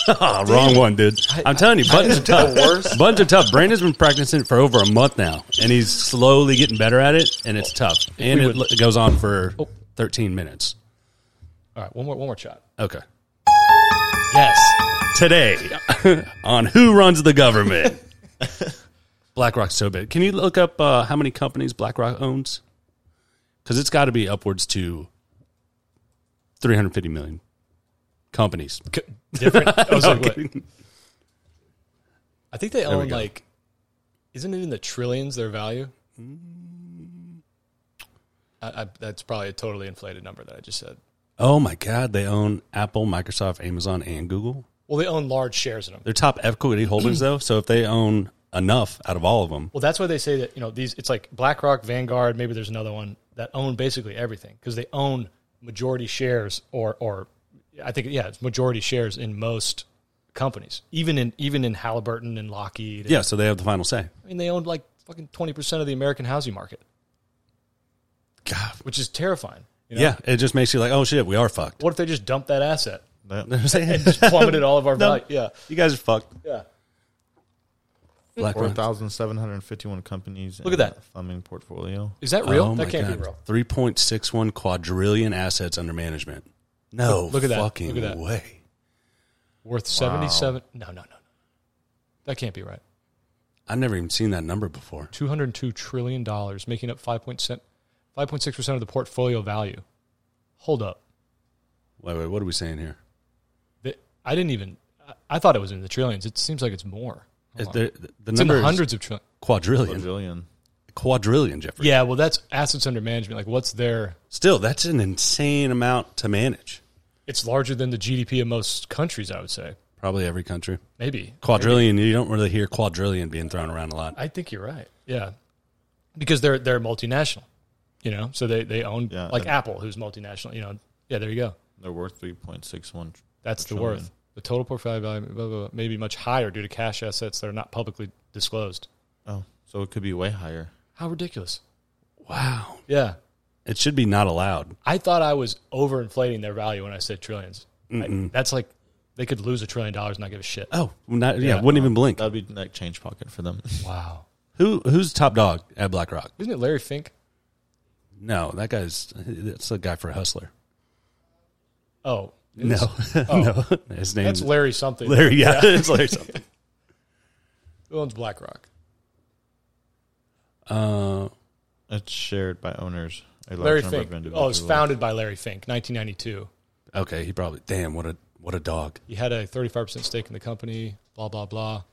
[SPEAKER 1] Ah, Wrong one, dude. I'm telling you, buttons are tough. (laughs) Buttons are tough. Brandon's been practicing it for over a month now, and he's slowly getting better at it, and it's tough. And
[SPEAKER 2] we
[SPEAKER 1] it
[SPEAKER 2] would- Oh.
[SPEAKER 1] l- goes on for 13 minutes.
[SPEAKER 2] All right, one more one more shot.
[SPEAKER 1] Okay.
[SPEAKER 2] Yes.
[SPEAKER 1] Today on Who Runs the Government? (laughs) BlackRock's so big. Can you look up uh, how many companies BlackRock owns? Because it's got to be upwards to 350 million companies.
[SPEAKER 2] C- Different.
[SPEAKER 1] (laughs)
[SPEAKER 2] I was
[SPEAKER 1] No,
[SPEAKER 2] like, what?
[SPEAKER 1] kidding.
[SPEAKER 2] I think they
[SPEAKER 1] we
[SPEAKER 2] own
[SPEAKER 1] go.
[SPEAKER 2] like, isn't it in the trillions their value?
[SPEAKER 1] Mm.
[SPEAKER 2] I, I, that's probably a totally inflated number that I just said.
[SPEAKER 1] Oh my God, they own Apple, Microsoft, Amazon, and Google.
[SPEAKER 2] Well, they own large shares in them.
[SPEAKER 1] They're top equity holders, though. So if they own enough out of all of them,
[SPEAKER 2] Well, that's why they say that you know these. It's like BlackRock, Vanguard, maybe there's another one that own basically everything because they own majority shares or or I think yeah, it's majority shares in most companies, even in even in Halliburton and Lockheed.
[SPEAKER 1] yeah, so they have the final say.
[SPEAKER 2] I mean they own like fucking twenty percent of the American housing market,
[SPEAKER 1] God.
[SPEAKER 2] which is terrifying. You know?
[SPEAKER 1] Yeah, it just makes you like, oh shit, we are fucked.
[SPEAKER 2] What if they just dumped that asset,
[SPEAKER 3] That-
[SPEAKER 1] (laughs)
[SPEAKER 2] plummeted all of our
[SPEAKER 1] No.
[SPEAKER 2] value? Yeah,
[SPEAKER 1] You guys are fucked.
[SPEAKER 2] yeah.
[SPEAKER 1] BlackRock.
[SPEAKER 3] 4,751 companies.
[SPEAKER 2] Look at
[SPEAKER 3] in
[SPEAKER 2] that.
[SPEAKER 3] the Funding portfolio.
[SPEAKER 2] Is that real?
[SPEAKER 1] Oh
[SPEAKER 2] that
[SPEAKER 1] my
[SPEAKER 2] can't
[SPEAKER 1] God.
[SPEAKER 2] be real.
[SPEAKER 1] 3.61 quadrillion assets under management. No
[SPEAKER 2] Look- look at that.
[SPEAKER 1] fucking
[SPEAKER 2] Look at that.
[SPEAKER 1] way.
[SPEAKER 2] Worth seventy-seven? No, no, no, no. That can't be right.
[SPEAKER 1] I've never even seen that number before.
[SPEAKER 2] 202 trillion dollars, making up 5.6 percent of the portfolio value. Hold up,
[SPEAKER 1] Wait, wait, what are we saying here?
[SPEAKER 2] The- I didn't even. I- I thought it was in the trillions. It seems like it's more.
[SPEAKER 1] Is there- the
[SPEAKER 2] It's in
[SPEAKER 1] number
[SPEAKER 2] the
[SPEAKER 1] is
[SPEAKER 2] hundreds of trillion.
[SPEAKER 1] quadrillion.
[SPEAKER 3] Brazilian.
[SPEAKER 1] Quadrillion, Jeffrey.
[SPEAKER 2] Yeah, well, that's assets under management. Like, what's their?
[SPEAKER 1] Still, that's an insane amount to manage.
[SPEAKER 2] It's larger than the GDP of most countries. I would say
[SPEAKER 1] Probably every country.
[SPEAKER 2] maybe.
[SPEAKER 1] Quadrillion, you don't really hear quadrillion being thrown around a lot.
[SPEAKER 2] I think you're right. Yeah, because they're they're multinational. You know, so they they own
[SPEAKER 3] Yeah,
[SPEAKER 2] like
[SPEAKER 3] and-
[SPEAKER 2] Apple, who's multinational. You know, yeah, there you go.
[SPEAKER 3] They're worth 3.61.
[SPEAKER 2] That's the
[SPEAKER 3] trillion.
[SPEAKER 2] worth. The total portfolio value blah, blah, blah, may be much higher due to cash assets that are not publicly disclosed.
[SPEAKER 3] Oh, so it could be way higher.
[SPEAKER 2] How ridiculous.
[SPEAKER 1] Wow.
[SPEAKER 2] Yeah.
[SPEAKER 1] It should be not allowed.
[SPEAKER 2] I thought I was overinflating their value when I said trillions. I- that's like they could lose a trillion dollars and not give a shit.
[SPEAKER 1] Oh, not, yeah, wouldn't even blink.
[SPEAKER 3] That'd be like change pocket for them.
[SPEAKER 2] (laughs)
[SPEAKER 3] (laughs)
[SPEAKER 2] Wow.
[SPEAKER 1] Who who's top dog at BlackRock?
[SPEAKER 2] Isn't it Larry Fink?
[SPEAKER 1] No, that guy's that's the guy for Hustler.
[SPEAKER 2] Oh,
[SPEAKER 1] No, (laughs) no, his name
[SPEAKER 2] that's
[SPEAKER 1] is
[SPEAKER 2] Larry
[SPEAKER 1] (laughs)
[SPEAKER 2] something.
[SPEAKER 1] Larry. Yeah, it's Larry something.
[SPEAKER 2] Who owns BlackRock?
[SPEAKER 1] (laughs) Uh,
[SPEAKER 3] It's shared by owners. A large
[SPEAKER 2] Larry
[SPEAKER 3] number of
[SPEAKER 2] Fink. Oh, it
[SPEAKER 3] individuals.
[SPEAKER 2] was founded by Larry Fink, 1992.
[SPEAKER 1] okay, he probably. Damn, what a what a dog.
[SPEAKER 2] He had a 35% stake in the company, blah, blah, blah.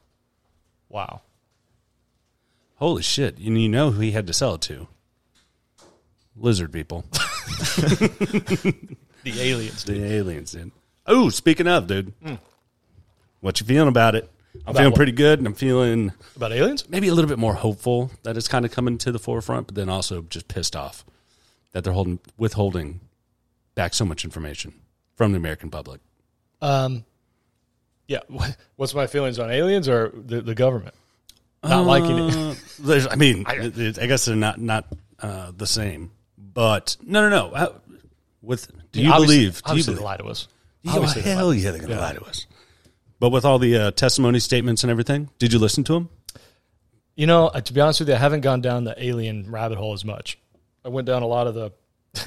[SPEAKER 2] Wow.
[SPEAKER 1] Holy shit! And you know who he had to sell it to? Lizard people, (laughs)
[SPEAKER 2] The aliens.
[SPEAKER 1] the aliens. Did. Oh, speaking of, dude, what you feeling about it? I'm feeling
[SPEAKER 2] what?
[SPEAKER 1] pretty good, and I'm feeling
[SPEAKER 2] About aliens?
[SPEAKER 1] maybe a little bit more hopeful that it's kind of coming to the forefront, but then also just pissed off that they're holding withholding back so much information from the American public.
[SPEAKER 2] Um, yeah. (laughs) wha- What's my feelings on aliens or the, the government? Not liking (laughs) it.
[SPEAKER 1] Uh, (laughs) there's, I mean, I, I guess they're not not uh, the same, but no, no, no. Uh, with do you
[SPEAKER 2] Obviously-
[SPEAKER 1] believe? Do you
[SPEAKER 2] Obviously,
[SPEAKER 1] believe?
[SPEAKER 2] they lie to us.
[SPEAKER 1] Yeah,
[SPEAKER 2] Obviously they lie.
[SPEAKER 1] hell yeah, they're gonna lie to us. But with all the uh, testimony statements and everything, did you listen to them?
[SPEAKER 2] You know, uh, to be honest with you, I haven't gone down the alien rabbit hole as much. I went down a lot of the. (laughs)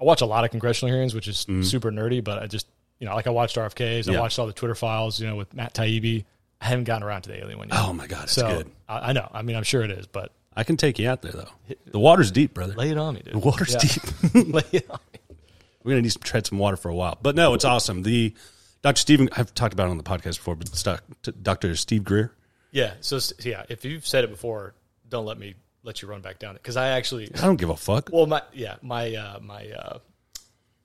[SPEAKER 2] I watch a lot of congressional hearings, which is super nerdy, but I just you know, like I watched RFK's,
[SPEAKER 1] Mm. Yeah.
[SPEAKER 2] I watched all the Twitter files, you know, with Matt Taibbi. I haven't gotten around to the alien one yet.
[SPEAKER 1] Oh my god, it's
[SPEAKER 2] so
[SPEAKER 1] good.
[SPEAKER 2] I, I know. I mean, I'm sure it is, but
[SPEAKER 1] I can take you out there though. The water's deep, brother.
[SPEAKER 2] lay it on me, dude.
[SPEAKER 1] The water's
[SPEAKER 2] Yeah.
[SPEAKER 1] deep.
[SPEAKER 2] (laughs) lay it on me.
[SPEAKER 1] (laughs) we're gonna need some tread some water for a while. But no, it's awesome. The Dr. Stephen, I've talked about it on the podcast before, but it's doc- t- Dr. Steve Greer.
[SPEAKER 2] Yeah. So s- yeah, if you've said it before, don't let me let you run back down it because I actually
[SPEAKER 1] I don't give a fuck.
[SPEAKER 2] Well, my yeah, my uh, my uh,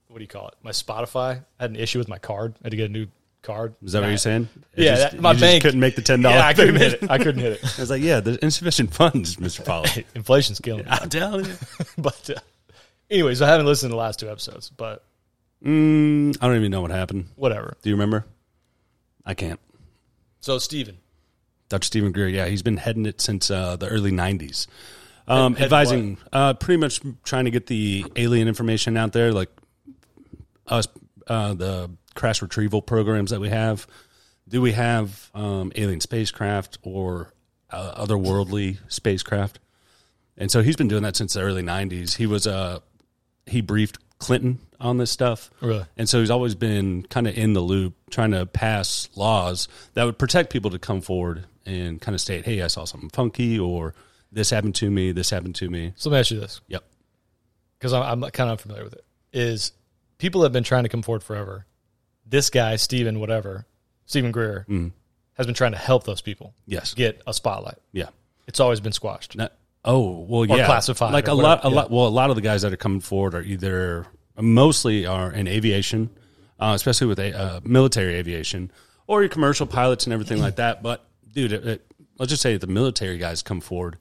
[SPEAKER 2] what do you call it? My Spotify I had an issue with my card. I had to get a new card.
[SPEAKER 1] Is that what
[SPEAKER 2] And I-
[SPEAKER 1] you're saying? It
[SPEAKER 2] Yeah,
[SPEAKER 1] just-
[SPEAKER 2] that- my
[SPEAKER 1] you just
[SPEAKER 2] bank
[SPEAKER 1] couldn't make the ten dollar.
[SPEAKER 2] Yeah, I couldn't
[SPEAKER 1] (laughs)
[SPEAKER 2] hit it. I couldn't hit it.
[SPEAKER 1] I was like, yeah, there's insufficient (laughs) funds, Mr. Polly.
[SPEAKER 2] Inflation's killing me.
[SPEAKER 1] (laughs) I'm telling you.
[SPEAKER 2] But uh, anyways, I haven't listened to the last two episodes, but
[SPEAKER 1] Mm, I don't even know what happened.
[SPEAKER 2] whatever.
[SPEAKER 1] Do you remember? I can't.
[SPEAKER 2] So Steven.
[SPEAKER 1] Dr. Stephen Greer. Yeah, he's been heading it since uh, the early '90s, um,
[SPEAKER 2] head
[SPEAKER 1] advising uh, pretty much trying to get the alien information out there, like us, uh, the crash retrieval programs that we have. Do we have um, alien spacecraft or uh, otherworldly spacecraft? And so he's been doing that since the early '90s. He was uh, he briefed Clinton on this stuff.
[SPEAKER 2] Really?
[SPEAKER 1] And so he's always been kind of in the loop, trying to pass laws that would protect people to come forward and kind of state, hey, I saw something funky or this happened to me, this happened to me.
[SPEAKER 2] So let me ask you this,
[SPEAKER 1] Yep.
[SPEAKER 2] because I'm, I'm kind of unfamiliar with it. Is people have been trying to come forward forever. This guy, Steven, whatever, Steven Greer,
[SPEAKER 1] Mm-hmm.
[SPEAKER 2] has been trying to help those people
[SPEAKER 1] Yes.
[SPEAKER 2] get a spotlight.
[SPEAKER 1] Yeah.
[SPEAKER 2] It's always been squashed.
[SPEAKER 1] Not- oh, well, yeah.
[SPEAKER 2] classified
[SPEAKER 1] Like
[SPEAKER 2] or
[SPEAKER 1] a lot, a
[SPEAKER 2] whatever, yeah.
[SPEAKER 1] lot, well, a lot of the guys that are coming forward are either mostly are in aviation, uh, especially with a, uh, military aviation or your commercial pilots and everything like that. But dude, it, it, let's just say the military guys come forward.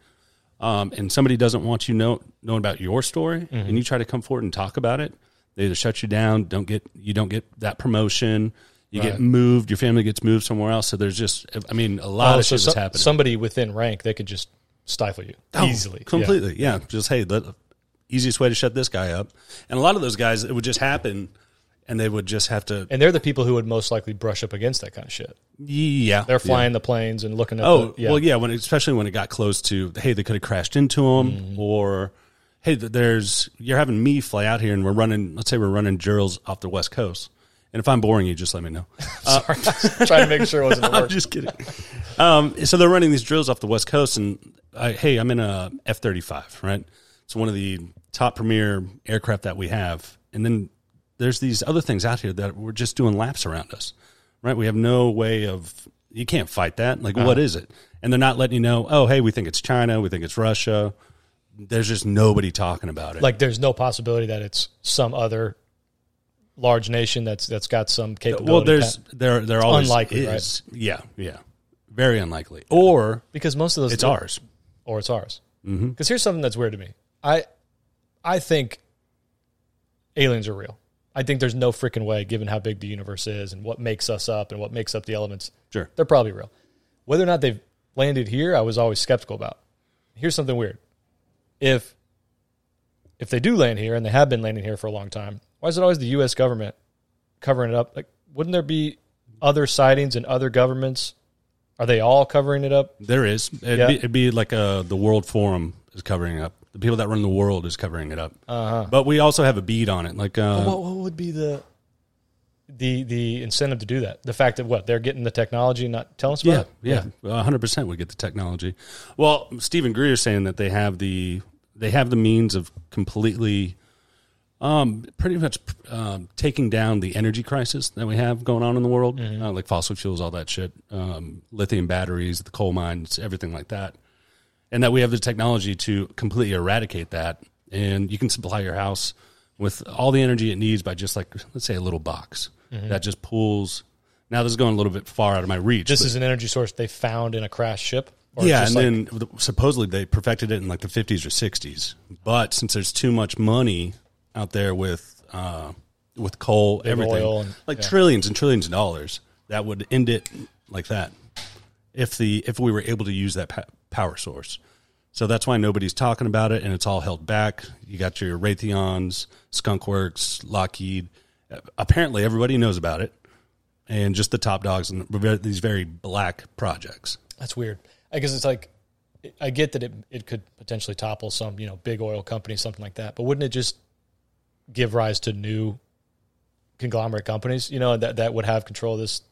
[SPEAKER 1] um, and somebody doesn't want you know knowing about your story,
[SPEAKER 2] Mm-hmm.
[SPEAKER 1] and you try to come forward and talk about it, they either shut you down, don't get you don't get that promotion, you
[SPEAKER 2] Right.
[SPEAKER 1] get moved, your family gets moved somewhere else. So there's just, I mean, a lot
[SPEAKER 2] Oh,
[SPEAKER 1] of shit
[SPEAKER 2] so
[SPEAKER 1] was
[SPEAKER 2] some-
[SPEAKER 1] happening
[SPEAKER 2] somebody within rank, they could just stifle you
[SPEAKER 1] Oh,
[SPEAKER 2] easily. Yeah.
[SPEAKER 1] completely. Yeah. just hey, the easiest way to shut this guy up, and a lot of those guys, it would just happen, and they would just have to,
[SPEAKER 2] And they're the people who would most likely brush up against that kind of shit.
[SPEAKER 1] yeah,
[SPEAKER 2] They're flying the planes and looking at
[SPEAKER 1] Oh,
[SPEAKER 2] the, yeah.
[SPEAKER 1] well, yeah. When especially when it got close to, hey, they could have crashed into them,
[SPEAKER 2] Mm-hmm.
[SPEAKER 1] or hey, th- there's you're having me fly out here, and we're running. Let's say we're running Gerald's off the west coast, and if I'm boring you, just let me know.
[SPEAKER 2] (laughs) trying to make sure it wasn't a
[SPEAKER 1] I'm
[SPEAKER 2] work.
[SPEAKER 1] just kidding. Um, so they're running these drills off the west coast, and I, hey, I'm in a F-35, right? It's one of the top premier aircraft that we have, and then there's these other things out here that we're just doing laps around us, right? We have no way of you can't fight that. Like,
[SPEAKER 2] Uh-huh.
[SPEAKER 1] what is it? And they're not letting you know. Oh, hey, we think it's China. We think it's Russia. There's just nobody talking about it.
[SPEAKER 2] Like there's no possibility that it's some other large nation that's that's got some capability.
[SPEAKER 1] well, there's
[SPEAKER 2] that-
[SPEAKER 1] there there always
[SPEAKER 2] unlikely, right?
[SPEAKER 1] is. Yeah, yeah, very unlikely. Or
[SPEAKER 2] because most of those
[SPEAKER 1] it's ours.
[SPEAKER 2] or it's ours. Because here's something that's weird to me. I I think aliens are real. I think there's no freaking way, given how big the universe is and what makes us up and what makes up the elements.
[SPEAKER 1] Sure.
[SPEAKER 2] They're probably real. Whether or not they've landed here, I was always skeptical about. Here's something weird. If if they do land here and they have been landing here for a long time, why is it always the US government covering it up? Like wouldn't there be other sightings and other governments? Are they all covering it up?
[SPEAKER 1] There is. It'd,
[SPEAKER 2] Yeah.
[SPEAKER 1] be, it'd be like uh, the World Forum is covering it up. The people that run the world is covering it up. Uh-huh. But we also have a bead on it. Like, uh,
[SPEAKER 2] what, what would be the the the incentive to do that? The fact that what they're getting the technology, and not telling us about
[SPEAKER 1] yeah,
[SPEAKER 2] it.
[SPEAKER 1] yeah, a hundred percent would get the technology. Well, Stephen Greer is saying that they have the they have the means of completely, um, pretty much um, taking down the energy crisis that we have going on in the world, uh, like fossil fuels, all that shit, um, lithium batteries, the coal mines, everything like that, and that we have the technology to completely eradicate that. And you can supply your house with all the energy it needs by just like let's say a little box that just pulls. Now this is going a little bit far out of my reach.
[SPEAKER 2] This
[SPEAKER 1] but-
[SPEAKER 2] is an energy source they found in a crashed ship. Or
[SPEAKER 1] yeah, and
[SPEAKER 2] just like-
[SPEAKER 1] then then th- supposedly they perfected it in like the 50s or 60s. But since there's too much money out there with uh, with coal, everything,
[SPEAKER 2] oil and-
[SPEAKER 1] like
[SPEAKER 2] yeah.
[SPEAKER 1] trillions and trillions of dollars, that would end it like that. If the if we were able to use that pa- power source, so that's why nobody's talking about it, and it's all held back. You got your Raytheon's, Skunk Works, Lockheed. Uh, Apparently, everybody knows about it, and just the top dogs and the- these very black projects.
[SPEAKER 2] that's weird. I guess it's like I get that it it could potentially topple some you know big oil company, something like that. But wouldn't it just give rise to new conglomerate companies? You know that that would have control of this.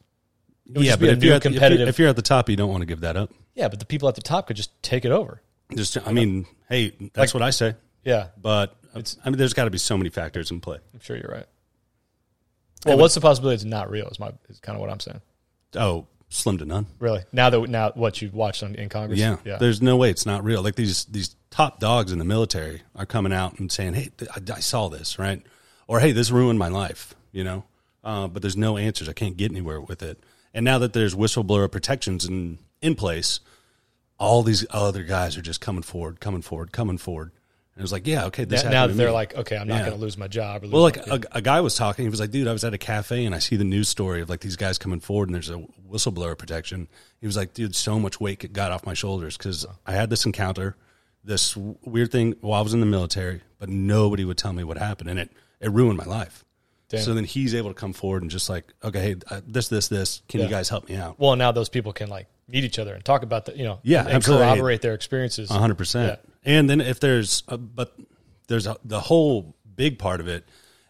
[SPEAKER 2] It would
[SPEAKER 1] yeah,
[SPEAKER 2] just be
[SPEAKER 1] but
[SPEAKER 2] a
[SPEAKER 1] if you're,
[SPEAKER 2] new
[SPEAKER 1] at the, if you're-
[SPEAKER 2] competitive-
[SPEAKER 1] if you're at the top, you don't want to give that up.
[SPEAKER 2] Yeah, but the people at the top could just take it over.
[SPEAKER 1] Just, I mean, hey, that's what I say.
[SPEAKER 2] Yeah,
[SPEAKER 1] But I mean, there's got to be so many factors in play.
[SPEAKER 2] I'm sure you're right. Well, what's the possibility it's not real? Is my is kind of what I'm saying.
[SPEAKER 1] Oh, slim to none.
[SPEAKER 2] Really? Now that now what you've watched on in Congress?
[SPEAKER 1] Yeah,
[SPEAKER 2] yeah.
[SPEAKER 1] there's no way it's not real. Like these these top dogs in the military are coming out and saying, "Hey, th- I, I saw this," right? Or, "Hey, this ruined my life," you know. Uh, but there's no answers. I can't get anywhere with it. And now that there's whistleblower protections in in place, all these other guys are just coming forward, coming forward, coming forward, And it was like, yeah, okay, this
[SPEAKER 2] Now,
[SPEAKER 1] happened
[SPEAKER 2] now
[SPEAKER 1] to
[SPEAKER 2] that they're
[SPEAKER 1] me.
[SPEAKER 2] like, okay, I'm not
[SPEAKER 1] Yeah.
[SPEAKER 2] going to lose my job. Or lose
[SPEAKER 1] Well,
[SPEAKER 2] my
[SPEAKER 1] like
[SPEAKER 2] kid.
[SPEAKER 1] a, a guy was talking. He was like, "Dude, I was at a cafe and I see the news story of like these guys coming forward and there's a whistleblower protection." He was like, "Dude, so much weight it got off my shoulders because I had this encounter, this w- weird thing while I was in the military, but nobody would tell me what happened, and it it ruined my life."
[SPEAKER 2] Damn.
[SPEAKER 1] So then he's able to come forward and just like, "Okay, hey, uh, this, this, this. Can you
[SPEAKER 2] Yeah.
[SPEAKER 1] guys help me out?"
[SPEAKER 2] well, now those people can like meet each other and talk about the, you know,
[SPEAKER 1] Yeah,
[SPEAKER 2] and
[SPEAKER 1] absolutely. Uh-huh.
[SPEAKER 2] corroborate their experiences.
[SPEAKER 1] A hundred percent. And then if there's, a, but there's a, the whole big part of it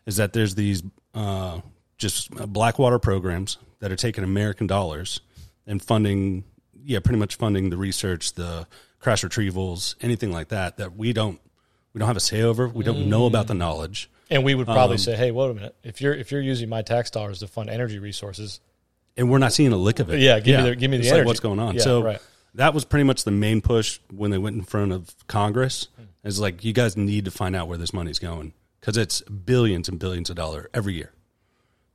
[SPEAKER 1] is that there's these uh, just Blackwater programs that are taking American dollars and funding, yeah, pretty much funding the research, the crash retrievals, anything like that. That we don't, we don't have a say over. We don't know about the knowledge.
[SPEAKER 2] And we would
[SPEAKER 1] Um,
[SPEAKER 2] probably say, hey, wait a minute, if you're if you're using my tax dollars to fund energy resources,
[SPEAKER 1] and we're not seeing a lick of it.
[SPEAKER 2] Yeah, give me the- give me the
[SPEAKER 1] It's like
[SPEAKER 2] energy.
[SPEAKER 1] what's going on.
[SPEAKER 2] Yeah,
[SPEAKER 1] so
[SPEAKER 2] right.
[SPEAKER 1] that was pretty much the main push when they went in front of Congress.
[SPEAKER 2] Hmm.
[SPEAKER 1] Is like you guys need to find out where this money's going because it's billions and billions of dollars every year.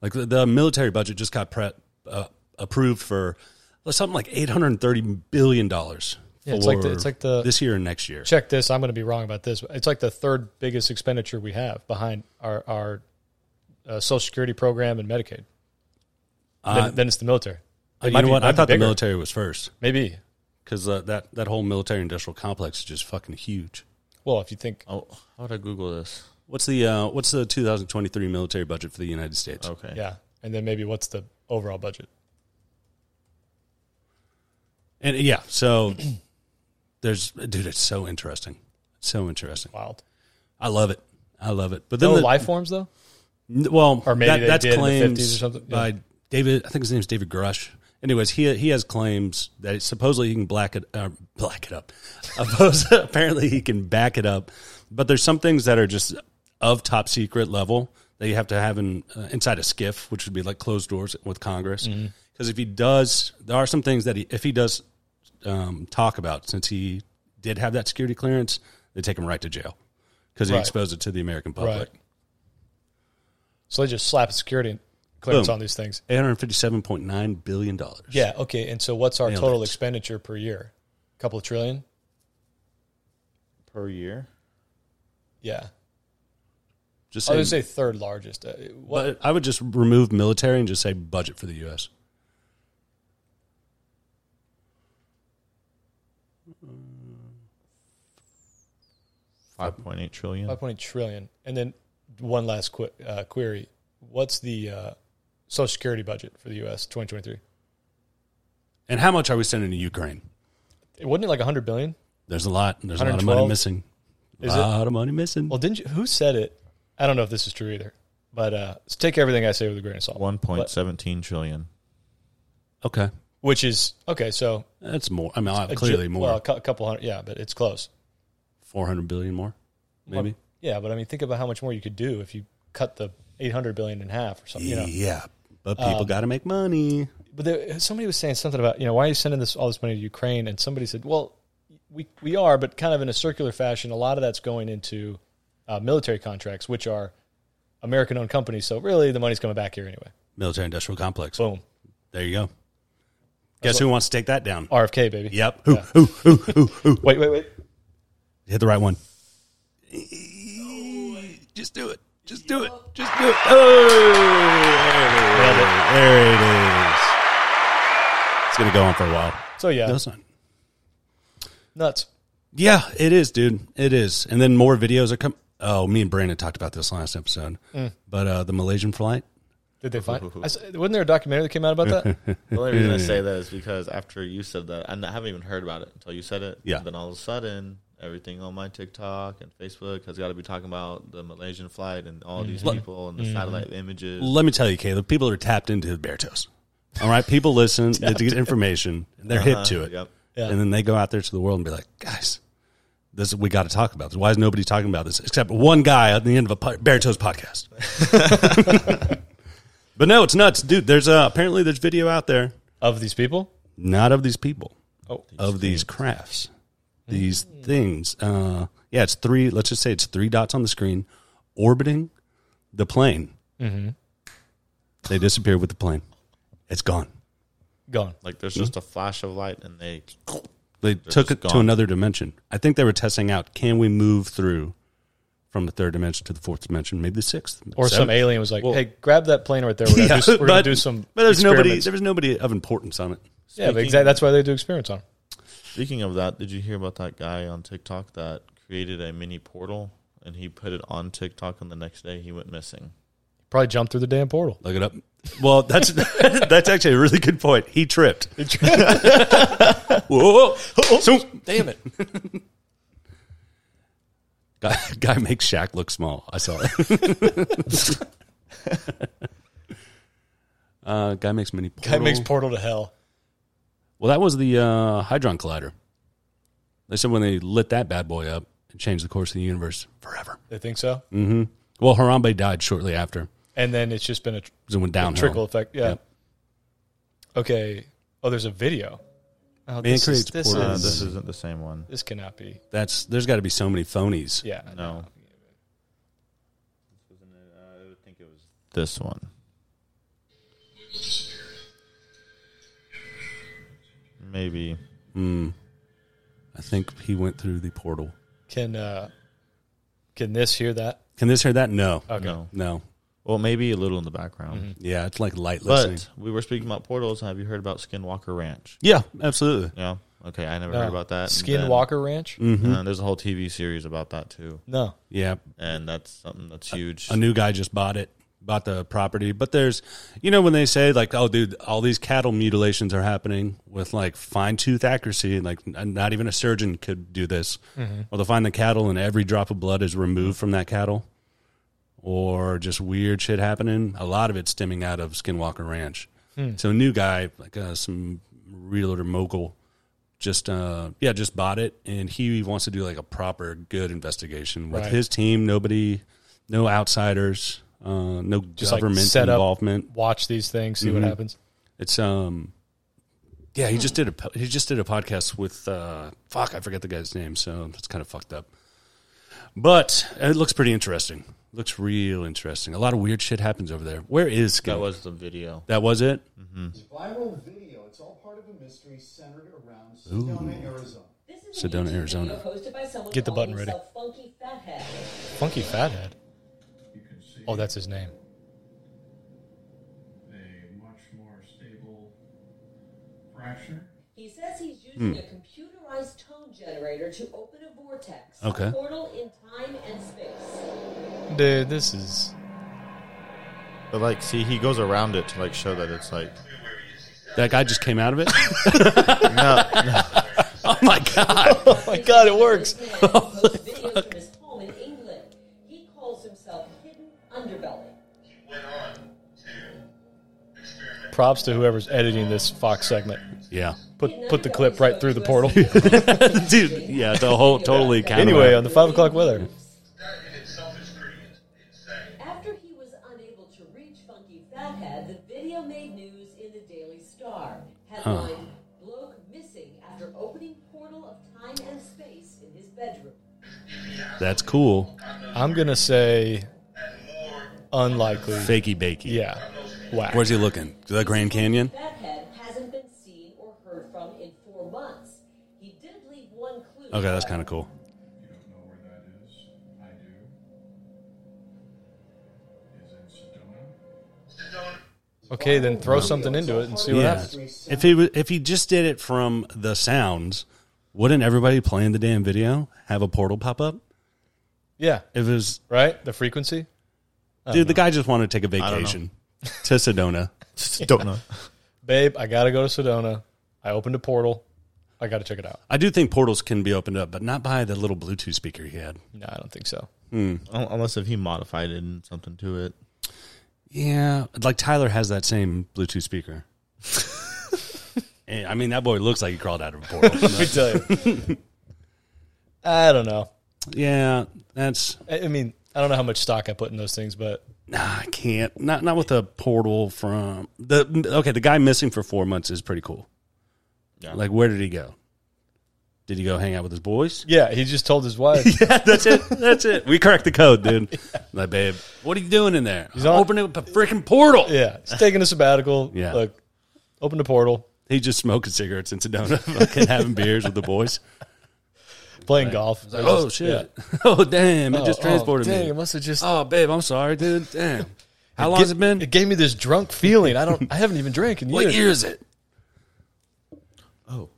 [SPEAKER 1] Like the, the military budget just got pre- uh, approved for uh, something like eight hundred thirty billion dollars.
[SPEAKER 2] Yeah, it's like the- it's like the-
[SPEAKER 1] this year and next year.
[SPEAKER 2] check this. I'm going to be wrong about this. It's like the third biggest expenditure we have behind our our uh, Social Security program and Medicaid. Then, then it's the military.
[SPEAKER 1] Uh,
[SPEAKER 2] It
[SPEAKER 1] you
[SPEAKER 2] might
[SPEAKER 1] know
[SPEAKER 2] be-
[SPEAKER 1] what?
[SPEAKER 2] might
[SPEAKER 1] I
[SPEAKER 2] be
[SPEAKER 1] thought the
[SPEAKER 2] bigger.
[SPEAKER 1] military was first
[SPEAKER 2] Maybe.
[SPEAKER 1] because uh, that that whole military industrial complex is just fucking huge.
[SPEAKER 2] Well, if you think
[SPEAKER 3] Oh, how would I Google this?
[SPEAKER 1] What's the uh, what's the 2023 military budget for the United States?
[SPEAKER 3] Okay.
[SPEAKER 2] Yeah, and then maybe what's the overall budget?
[SPEAKER 1] And yeah, so there's dude, it's so interesting. so interesting.
[SPEAKER 2] Wild.
[SPEAKER 1] I love it. I love it. But then
[SPEAKER 2] No
[SPEAKER 1] the,
[SPEAKER 2] life forms though.
[SPEAKER 1] n- well,
[SPEAKER 2] or maybe
[SPEAKER 1] that-
[SPEAKER 2] they
[SPEAKER 1] that's
[SPEAKER 2] did in the
[SPEAKER 1] claims
[SPEAKER 2] 50s or something, yeah.
[SPEAKER 1] by David. I think his name's David Grush. Anyways, he he has claims that supposedly he can black it uh, black it up. (laughs) Oppose- Apparently, he can back it up. But there's some things that are just of top secret level that you have to have in uh, inside a skiff, which would be like closed doors with Congress.
[SPEAKER 2] Mm-hmm.
[SPEAKER 1] Because if he does, there are some things that he, if he does um, talk about, since he did have that security clearance, they take him right to jail because he
[SPEAKER 2] Right.
[SPEAKER 1] exposed it to the American public.
[SPEAKER 2] Right. So they just slap security clearance
[SPEAKER 1] Boom.
[SPEAKER 2] on these things.
[SPEAKER 1] $857.9 billion.
[SPEAKER 2] Yeah. Okay. And so what's our
[SPEAKER 1] Nailed
[SPEAKER 2] total
[SPEAKER 1] it.
[SPEAKER 2] expenditure per year? A couple of trillion.
[SPEAKER 3] Per year.
[SPEAKER 2] Yeah.
[SPEAKER 1] Just
[SPEAKER 2] I
[SPEAKER 1] say,
[SPEAKER 2] would say third largest. Uh, what?
[SPEAKER 1] but I would just remove military and just say budget for the U.S.
[SPEAKER 3] Five point eight trillion.
[SPEAKER 2] Five point eight trillion. And then one last qu- uh, query: What's the uh, Social Security budget for the U.S. twenty twenty three?
[SPEAKER 1] And how much are we sending to Ukraine?
[SPEAKER 2] Wasn't it like hundred billion?
[SPEAKER 1] There's a lot. There's a lot of money
[SPEAKER 2] 112?
[SPEAKER 1] missing. A
[SPEAKER 2] Is it-
[SPEAKER 1] lot of money missing.
[SPEAKER 2] Well, didn't you? Who said it? I don't know if this is true either. But uh, take everything I say with a grain of salt.
[SPEAKER 3] One point
[SPEAKER 2] But-
[SPEAKER 3] seventeen trillion.
[SPEAKER 1] Okay.
[SPEAKER 2] which is okay. So
[SPEAKER 1] That's more. I mean,
[SPEAKER 2] a ju-
[SPEAKER 1] clearly more.
[SPEAKER 2] Well, a cou- a couple hundred. Yeah, but it's close.
[SPEAKER 1] 400 billion more, maybe.
[SPEAKER 2] Yeah, but I mean, think about how much more you could do if you cut the 800 billion in half or something. You know, Uh,
[SPEAKER 1] Yeah. But people got to make money.
[SPEAKER 2] but there, somebody was saying something about you know why are you sending this all this money to Ukraine? And somebody said, well, we we are, but kind of in a circular fashion. A lot of that's going into uh, military contracts, which are American-owned companies. So really, the money's coming back here anyway.
[SPEAKER 1] Military industrial complex.
[SPEAKER 2] Boom,
[SPEAKER 1] There you go. Guess who wants to take that down?
[SPEAKER 2] RFK baby.
[SPEAKER 1] Yep. Who, who, who, who, who?
[SPEAKER 2] Wait, wait, wait.
[SPEAKER 1] Hit the right one. Just do it. Just do it. Just do it. Oh,
[SPEAKER 2] Nailed it.
[SPEAKER 1] there it is. It's gonna go on for a while.
[SPEAKER 2] So yeah,
[SPEAKER 1] No, it's not.
[SPEAKER 2] nuts.
[SPEAKER 1] Yeah, it is, dude. It is. And then more videos are coming. Oh, me and Brandon talked about this last episode. But uh, the Malaysian flight.
[SPEAKER 2] Did
[SPEAKER 1] (laughs)
[SPEAKER 2] they find? I s wasn't there a documentary that came out about that?
[SPEAKER 3] The only reason I say that is because after you said that, and I haven't even heard about it until you said it.
[SPEAKER 1] Yeah.
[SPEAKER 3] Then all of a sudden, everything on my TikTok and Facebook has got to be talking about the Malaysian flight and all these people and the satellite images.
[SPEAKER 1] Let me tell you, Caleb. People are tapped into Bear Toes. All right, people listen. they get information. They're hip to it.
[SPEAKER 3] Uh, Yep.
[SPEAKER 2] Yeah.
[SPEAKER 1] And then they go out there to the world and be like, guys, this we got to talk about this. Why is nobody talking about this except one guy at the end of a po- Bear Toes podcast? (laughs) but no, it's nuts, dude. There's uh, apparently there's video out there,
[SPEAKER 2] Of these people?
[SPEAKER 1] not of these people,
[SPEAKER 2] Oh, Mm.
[SPEAKER 1] of these crafts, these things. Uh, yeah, it's three. Let's just say it's three dots on the screen orbiting the plane.
[SPEAKER 2] Mm-hmm.
[SPEAKER 1] They disappear with the plane. It's gone.
[SPEAKER 2] gone.
[SPEAKER 3] Like there's just a flash of light and they
[SPEAKER 1] They took it
[SPEAKER 3] just
[SPEAKER 1] to
[SPEAKER 3] gone.
[SPEAKER 1] another dimension. I think they were testing out can we move through from the third dimension to the fourth dimension, maybe the sixth
[SPEAKER 2] Or some
[SPEAKER 1] seventh?
[SPEAKER 2] alien was like, "Hey, grab that plane right there.
[SPEAKER 1] (laughs)
[SPEAKER 2] We're gonna, do, we're gonna do some."
[SPEAKER 1] But there's nobody.
[SPEAKER 2] experiments."
[SPEAKER 1] There was nobody of importance on it.
[SPEAKER 2] Yeah, but
[SPEAKER 3] Speaking-
[SPEAKER 2] exactly. That's why they do experiments on. 'em.
[SPEAKER 3] Speaking of that, did you hear about that guy on TikTok that created a mini portal and he put it on TikTok and the next day he went missing?
[SPEAKER 2] Probably jump through the damn portal.
[SPEAKER 1] Look it up. Well, that's (laughs) that's actually a really good point. He tripped. (laughs) Whoa!
[SPEAKER 2] Oh,
[SPEAKER 1] So,
[SPEAKER 4] Damn it.
[SPEAKER 1] (laughs) guy, guy makes Shaq look small. I saw it. (laughs)
[SPEAKER 2] (laughs)
[SPEAKER 1] uh, guy makes mini. Portal.
[SPEAKER 2] Guy makes portal to hell.
[SPEAKER 1] Well, that was the uh, Hydron Collider. They said when they lit that bad boy up, it changed the course of the universe forever.
[SPEAKER 2] They think so,
[SPEAKER 1] Mm-hmm. Well, Harambe died shortly after.
[SPEAKER 2] and then it's just been a tr-
[SPEAKER 1] It went downhill.
[SPEAKER 2] trickle effect. Yeah.
[SPEAKER 1] Yep.
[SPEAKER 2] Okay. Oh, there's a video. Oh,
[SPEAKER 1] Man
[SPEAKER 2] this,
[SPEAKER 1] creates
[SPEAKER 2] is, this,
[SPEAKER 3] Uh,
[SPEAKER 1] portals.
[SPEAKER 2] is,
[SPEAKER 3] this isn't the same one.
[SPEAKER 2] this cannot be.
[SPEAKER 1] That's there's got to be so many phonies.
[SPEAKER 2] Yeah.
[SPEAKER 3] No. I would think it was this one. Maybe.
[SPEAKER 1] I think he went through the portal.
[SPEAKER 2] Can uh, can this hear that?
[SPEAKER 1] Can this hear that? No,
[SPEAKER 2] Okay. Mm-hmm.
[SPEAKER 3] No.
[SPEAKER 1] no.
[SPEAKER 3] Well, maybe a little in the background.
[SPEAKER 1] Yeah, it's like light
[SPEAKER 3] But
[SPEAKER 1] listening.
[SPEAKER 3] we were speaking about portals. Have you heard about Skinwalker Ranch?
[SPEAKER 1] Yeah, absolutely.
[SPEAKER 3] Yeah. Okay, I never
[SPEAKER 2] No.
[SPEAKER 3] heard about that. And then,
[SPEAKER 2] Skinwalker Ranch?
[SPEAKER 3] uh, there's a whole TV series about that too,
[SPEAKER 2] No.
[SPEAKER 1] Yeah,
[SPEAKER 3] and that's something that's huge.
[SPEAKER 1] a new guy just bought it, bought the property. But there's, you know, when they say like, "Oh, dude, all these cattle mutilations are happening with like fine tooth accuracy, and like n- not even a surgeon could do this."
[SPEAKER 2] Mm-hmm.
[SPEAKER 1] Or they find the cattle and every drop of blood is removed from that cattle, or just weird shit happening. A lot of it stemming out of Skinwalker Ranch.
[SPEAKER 2] Hmm.
[SPEAKER 1] So a new guy, like uh, some realtor mogul. Just uh, yeah, just bought it, and he wants to do like a proper good investigation with
[SPEAKER 2] Right.
[SPEAKER 1] his team. Nobody no outsiders, uh, no
[SPEAKER 2] Just like
[SPEAKER 1] government
[SPEAKER 2] set up-
[SPEAKER 1] involvement.
[SPEAKER 2] Watch these things, see what
[SPEAKER 3] Mm-hmm.
[SPEAKER 2] happens.
[SPEAKER 1] It's um, yeah, he just did a po- he just did a podcast with uh, fuck, I forget the guy's name, so that's kind of fucked up. But it looks pretty interesting. Looks real interesting. A lot of weird shit happens over there. Where is Skin?
[SPEAKER 3] that was Mm-hmm. the video.
[SPEAKER 1] that was it.
[SPEAKER 5] Viral video. It's all part of a mystery centered around Sedona, Arizona.
[SPEAKER 6] This is a
[SPEAKER 1] Sedona,
[SPEAKER 6] YouTube
[SPEAKER 1] Arizona.
[SPEAKER 6] video Hosted by someone
[SPEAKER 2] Get the
[SPEAKER 6] calling
[SPEAKER 2] button ready.
[SPEAKER 6] himself Funky Fathead.
[SPEAKER 2] Funky Fathead. Oh, that's his name.
[SPEAKER 5] A much more stable fracture.
[SPEAKER 6] He says he's
[SPEAKER 1] Hmm.
[SPEAKER 6] using a computerized tone generator to open a vortex,
[SPEAKER 1] Okay.
[SPEAKER 6] a portal in time and
[SPEAKER 2] Oh
[SPEAKER 6] space.
[SPEAKER 2] Dude, this is.
[SPEAKER 3] But like, see, he goes around it to like show that it's like (laughs)
[SPEAKER 1] That guy just came out
[SPEAKER 5] (laughs)
[SPEAKER 1] of it.
[SPEAKER 3] no,
[SPEAKER 1] oh my god!
[SPEAKER 2] Oh my God, it works. (laughs)
[SPEAKER 6] This man posts videos from his home in England. He calls himself Hidden Underbelly.
[SPEAKER 2] Props to whoever's editing this Fox segment.
[SPEAKER 1] Yeah,
[SPEAKER 2] Put put the clip right through the
[SPEAKER 1] (laughs)
[SPEAKER 2] portal. (laughs)
[SPEAKER 1] dude. Yeah, the whole totally. counter-
[SPEAKER 2] anyway, on the five o'clock weather.
[SPEAKER 7] That in itself is pretty insane.
[SPEAKER 6] After he was unable to reach Funky Fathead, the video made news in the Daily Star. Headline: Bloke missing after opening portal of time and space in his bedroom.
[SPEAKER 1] that's cool.
[SPEAKER 2] I'm gonna say unlikely.
[SPEAKER 1] Fakey bakey.
[SPEAKER 2] Yeah. Wow.
[SPEAKER 1] Where's he looking? The Grand Canyon.
[SPEAKER 6] Fathead hasn't been seen or heard from in four months. He did leave one clue.
[SPEAKER 1] Okay, that's kind of cool.
[SPEAKER 5] You don't know where that is. I do. Is in Sedona.
[SPEAKER 2] Okay, then throw something into it and see what
[SPEAKER 1] Yeah.
[SPEAKER 2] happens.
[SPEAKER 1] If he was, if he just did it from the sounds, wouldn't everybody playing the damn video have a portal pop up?
[SPEAKER 2] Yeah.
[SPEAKER 1] If it was,
[SPEAKER 2] Right? The frequency?
[SPEAKER 1] dude, the guy just wanted to take a
[SPEAKER 3] know.
[SPEAKER 1] vacation to Sedona.
[SPEAKER 3] just don't know.
[SPEAKER 2] Babe, I gotta go to Sedona. I opened a portal. I gotta check it out.
[SPEAKER 1] I do think portals can be opened up, but not by the little Bluetooth speaker he had.
[SPEAKER 2] No, I don't think so.
[SPEAKER 3] Un- Unless if he modified it and something to it.
[SPEAKER 1] Yeah, like Tyler has that same Bluetooth speaker. (laughs) And, I mean, that boy looks like he crawled out of a portal.
[SPEAKER 3] (laughs)
[SPEAKER 2] Let me tell you.
[SPEAKER 1] (laughs)
[SPEAKER 2] I don't know.
[SPEAKER 1] yeah, that's
[SPEAKER 2] I I mean, I don't know how much stock I put in those things, but
[SPEAKER 1] nah, I can't. Not not with a portal from the okay. The guy missing for four months is pretty cool.
[SPEAKER 3] Yeah.
[SPEAKER 1] Like, where did he go? Did he go hang out with his boys?
[SPEAKER 2] yeah, he just told his
[SPEAKER 1] (laughs)
[SPEAKER 2] wife.
[SPEAKER 1] Yeah, (laughs) that's it. That's it. We cracked the code, dude. (laughs) Like, babe, what are you doing in there? He's
[SPEAKER 2] on-
[SPEAKER 1] opening up a freaking portal.
[SPEAKER 2] yeah, he's taking a sabbatical.
[SPEAKER 1] Yeah.
[SPEAKER 2] Look, open the portal.
[SPEAKER 1] He just smoking cigarettes in Sedona, fucking having beers with the (laughs) boys.
[SPEAKER 2] Playing golf. They're
[SPEAKER 1] oh
[SPEAKER 2] just-
[SPEAKER 1] shit! (laughs) Oh damn! It
[SPEAKER 2] yeah.
[SPEAKER 1] just
[SPEAKER 2] Oh,
[SPEAKER 1] transported
[SPEAKER 2] dang,
[SPEAKER 1] me.
[SPEAKER 2] It must have just.
[SPEAKER 1] Oh babe, I'm sorry, dude. Damn. How long
[SPEAKER 2] Get-
[SPEAKER 1] has it been?
[SPEAKER 2] It gave me this drunk feeling. I don't. I haven't even drank
[SPEAKER 1] (laughs)
[SPEAKER 2] in
[SPEAKER 1] what
[SPEAKER 2] years.
[SPEAKER 1] year is it?
[SPEAKER 3] Oh,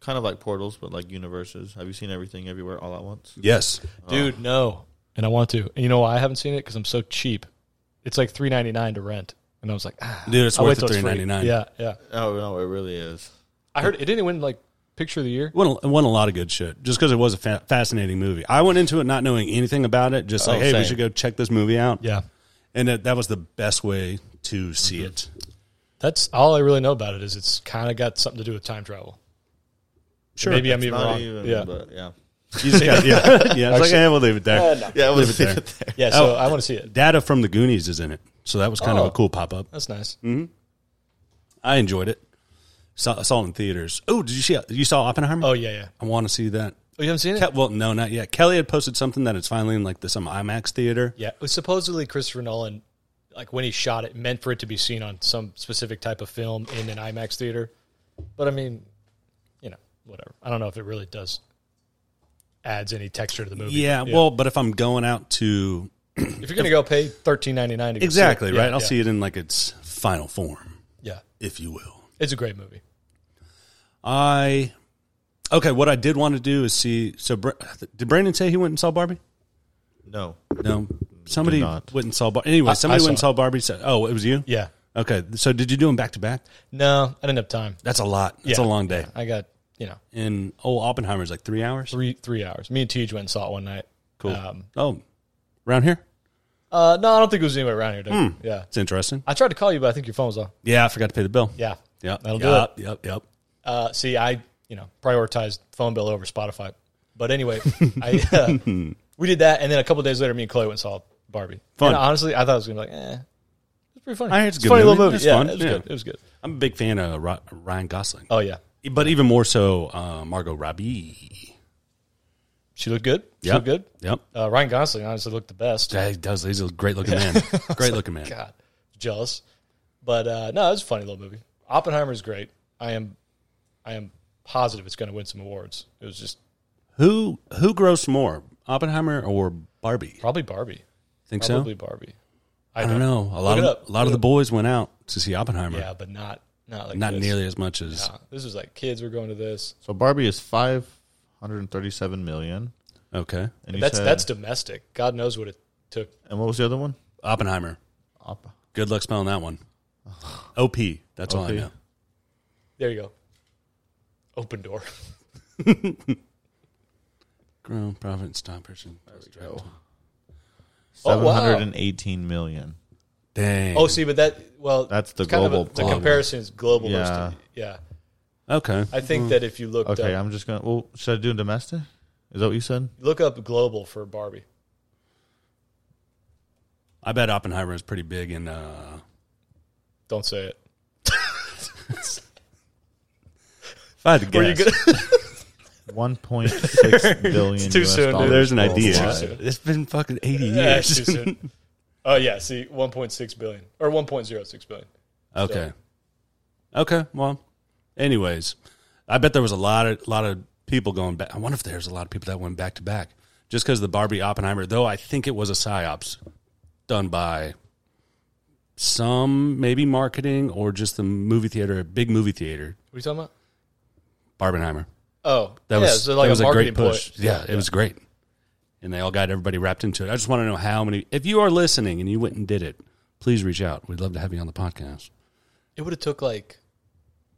[SPEAKER 3] kind of like portals, but like universes. Have you seen everything everywhere all at once?
[SPEAKER 1] Yes.
[SPEAKER 2] dude. No, and I want to. And you know why I haven't seen it? Because I'm so cheap. It's like three ninety nine to rent, and I was like, ah,
[SPEAKER 1] Dude, it's
[SPEAKER 2] I'll
[SPEAKER 1] worth
[SPEAKER 2] wait
[SPEAKER 1] the
[SPEAKER 2] till it's free.
[SPEAKER 1] $3.99.
[SPEAKER 2] Yeah, yeah.
[SPEAKER 3] Oh no, it really is.
[SPEAKER 2] I heard it didn't win like picture of the year.
[SPEAKER 1] Won a, won a lot of good shit just because it was a fa- fascinating movie. I went into it not knowing anything about it, just like,
[SPEAKER 3] Oh,
[SPEAKER 1] hey, we
[SPEAKER 3] same.
[SPEAKER 1] should go check this movie out.
[SPEAKER 2] Yeah,
[SPEAKER 1] And that, that was the best way to see it.
[SPEAKER 2] that's all I really know about it. Is it's kind of got something to do with time travel.
[SPEAKER 1] Sure.
[SPEAKER 2] Maybe I'm
[SPEAKER 3] It's
[SPEAKER 2] even
[SPEAKER 3] not
[SPEAKER 2] wrong.
[SPEAKER 3] even,
[SPEAKER 2] yeah,
[SPEAKER 3] but yeah,
[SPEAKER 1] You just got, yeah. yeah. It's like, hey, we'll leave it there.
[SPEAKER 3] yeah. It was
[SPEAKER 1] Leave it
[SPEAKER 3] there.
[SPEAKER 2] yeah. So I want to see it.
[SPEAKER 1] Data from the Goonies is in it. So that was kind of
[SPEAKER 2] Oh.
[SPEAKER 1] a cool pop up.
[SPEAKER 2] That's nice.
[SPEAKER 1] I enjoyed it. Saw, saw it in theaters. Oh, did you see? You saw Oppenheimer?
[SPEAKER 2] Oh yeah, yeah.
[SPEAKER 1] I want to see that.
[SPEAKER 2] Oh, you haven't seen it?
[SPEAKER 1] Ke- well, no, not yet. Kelly had posted something that it's finally in like the, some IMAX theater.
[SPEAKER 2] Yeah, it was supposedly Christopher Nolan, like when he shot it, meant for it to be seen on some specific type of film in an IMAX theater. But I mean, you know, whatever. I don't know if it really does adds any texture to the movie.
[SPEAKER 1] Yeah,
[SPEAKER 2] but,
[SPEAKER 1] well, but if I'm going out to
[SPEAKER 2] if you're gonna go pay thirteen ninety nine to go
[SPEAKER 1] exactly
[SPEAKER 2] see it,
[SPEAKER 1] right, I'll see it in like its final form,
[SPEAKER 2] Yeah,
[SPEAKER 1] if you will.
[SPEAKER 2] it's a great movie.
[SPEAKER 1] I okay. What I did want to do is see. So Bra- did Brandon say he went and saw Barbie?
[SPEAKER 3] No,
[SPEAKER 1] No, somebody
[SPEAKER 3] Did not.
[SPEAKER 1] went and saw. Bar- anyway, somebody
[SPEAKER 2] I
[SPEAKER 1] went and
[SPEAKER 2] saw
[SPEAKER 1] saw Barbie. Said, "Oh, it was you."
[SPEAKER 2] Yeah.
[SPEAKER 1] Okay, so did you do them back to back?
[SPEAKER 2] No, I didn't have time.
[SPEAKER 1] That's a lot. That's
[SPEAKER 2] Yeah.
[SPEAKER 1] a long day.
[SPEAKER 2] I got you know
[SPEAKER 1] And oh, Oppenheimer's like three hours.
[SPEAKER 2] three three hours. Me and Tej went and saw it one night.
[SPEAKER 1] Cool.
[SPEAKER 2] Um,
[SPEAKER 1] oh, around here,
[SPEAKER 2] uh, no, I don't think it was anywhere around here. Dude.
[SPEAKER 1] Hmm.
[SPEAKER 2] Yeah.
[SPEAKER 1] it's interesting.
[SPEAKER 2] I tried to call you, but I think your phone was off.
[SPEAKER 1] Yeah, I forgot to pay the bill.
[SPEAKER 2] Yeah.
[SPEAKER 1] Yep.
[SPEAKER 2] That'll do it.
[SPEAKER 1] yep, Yep. Yep.
[SPEAKER 2] Uh, see, I you know prioritized phone bill over Spotify.
[SPEAKER 1] (laughs)
[SPEAKER 2] But anyway, I uh, we did that, and then a couple days later, me and Chloe went and saw Barbie.
[SPEAKER 1] Fun.
[SPEAKER 2] And honestly, I thought it was gonna be like, eh, it's pretty funny.
[SPEAKER 1] I heard it's a
[SPEAKER 2] a
[SPEAKER 1] good
[SPEAKER 2] funny
[SPEAKER 1] movie.
[SPEAKER 2] little movie.
[SPEAKER 1] It's
[SPEAKER 2] yeah,
[SPEAKER 1] fun.
[SPEAKER 2] it was
[SPEAKER 1] Yeah.
[SPEAKER 2] good. It was good.
[SPEAKER 1] I'm a big fan of Ro- Ryan Gosling,
[SPEAKER 2] Oh yeah,
[SPEAKER 1] but even more so uh, Margot Robbie.
[SPEAKER 2] she looked good. She
[SPEAKER 1] Yep.
[SPEAKER 2] looked good.
[SPEAKER 1] Yep.
[SPEAKER 2] Uh, Ryan Gosling honestly looked the best.
[SPEAKER 1] Yeah, he does. He's a great looking
[SPEAKER 2] (laughs)
[SPEAKER 1] man. Great looking man.
[SPEAKER 2] God, jealous. But uh, no, it was a funny little movie. Oppenheimer's great. I am, I am positive it's going to win some awards. It was just
[SPEAKER 1] Who who grossed more, Oppenheimer or Barbie?
[SPEAKER 2] probably Barbie.
[SPEAKER 1] Think
[SPEAKER 2] Probably
[SPEAKER 1] so?
[SPEAKER 2] Barbie.
[SPEAKER 1] I don't know. A lot
[SPEAKER 2] Look it
[SPEAKER 1] of
[SPEAKER 2] up.
[SPEAKER 1] a lot
[SPEAKER 2] Look
[SPEAKER 1] of
[SPEAKER 2] it
[SPEAKER 1] the
[SPEAKER 2] up.
[SPEAKER 1] boys went out to see Oppenheimer.
[SPEAKER 2] Yeah, but not not like
[SPEAKER 1] Not
[SPEAKER 2] this.
[SPEAKER 1] nearly as much as
[SPEAKER 2] Uh, this was like kids were going to this.
[SPEAKER 3] so Barbie is five hundred thirty-seven million.
[SPEAKER 1] okay
[SPEAKER 3] And you
[SPEAKER 2] that's
[SPEAKER 3] said-
[SPEAKER 2] that's domestic. God knows what it took.
[SPEAKER 3] and what was the other one?
[SPEAKER 1] Oppenheimer.
[SPEAKER 3] Oppa.
[SPEAKER 1] Good luck spelling that
[SPEAKER 2] (sighs)
[SPEAKER 1] one. Op. That's all I
[SPEAKER 3] OP.
[SPEAKER 1] know.
[SPEAKER 2] There you go. Open
[SPEAKER 1] (laughs)
[SPEAKER 2] door.
[SPEAKER 1] Grow profit stop person.
[SPEAKER 2] Oh,
[SPEAKER 3] Seven
[SPEAKER 2] wow.
[SPEAKER 3] hundred and eighteen million.
[SPEAKER 1] Dang.
[SPEAKER 2] Oh, see, but that well,
[SPEAKER 3] That's the
[SPEAKER 2] it's kind of a-
[SPEAKER 3] global
[SPEAKER 2] the
[SPEAKER 3] one.
[SPEAKER 2] comparison is global. versus-
[SPEAKER 3] Yeah.
[SPEAKER 2] yeah.
[SPEAKER 1] okay.
[SPEAKER 2] I think that if you looked
[SPEAKER 3] Okay,
[SPEAKER 2] up,
[SPEAKER 3] I'm just gonna. Well, should I do domestic? Is that what you said?
[SPEAKER 2] look up global for Barbie.
[SPEAKER 1] I bet Oppenheimer is pretty big in uh,
[SPEAKER 2] Don't say it.
[SPEAKER 1] if I had to guess.
[SPEAKER 2] you good?
[SPEAKER 3] (laughs) One point six
[SPEAKER 2] (laughs)
[SPEAKER 3] billion.
[SPEAKER 2] It's too
[SPEAKER 3] US
[SPEAKER 2] soon, dude.
[SPEAKER 3] dollars
[SPEAKER 1] There's an idea.
[SPEAKER 3] worldwide.
[SPEAKER 2] Too soon.
[SPEAKER 1] It's been fucking 80
[SPEAKER 2] (laughs) Yeah,
[SPEAKER 1] years.
[SPEAKER 2] it's
[SPEAKER 1] (laughs)
[SPEAKER 2] too soon. Oh yeah, see, 1.6 billion or 1.06 billion.
[SPEAKER 1] Okay. Okay. Well, anyways, I bet there was a lot of lot of people going back. I wonder if there's a lot of people that went back to back just because the Barbie Oppenheimer. Though I think it was a psyops done by some maybe marketing or just the movie theater, big movie theater,
[SPEAKER 2] What are you talking about?
[SPEAKER 1] Barbenheimer.
[SPEAKER 2] Oh,
[SPEAKER 1] That
[SPEAKER 2] yeah,
[SPEAKER 1] was
[SPEAKER 2] so like
[SPEAKER 1] that was a,
[SPEAKER 2] marketing
[SPEAKER 1] great push.
[SPEAKER 2] ploy.
[SPEAKER 1] Yeah, it was great, and they all got everybody wrapped into it. I just want to know how many. If you are listening and you went and did it, please reach out. We'd love to have you on the podcast.
[SPEAKER 2] It would have took like,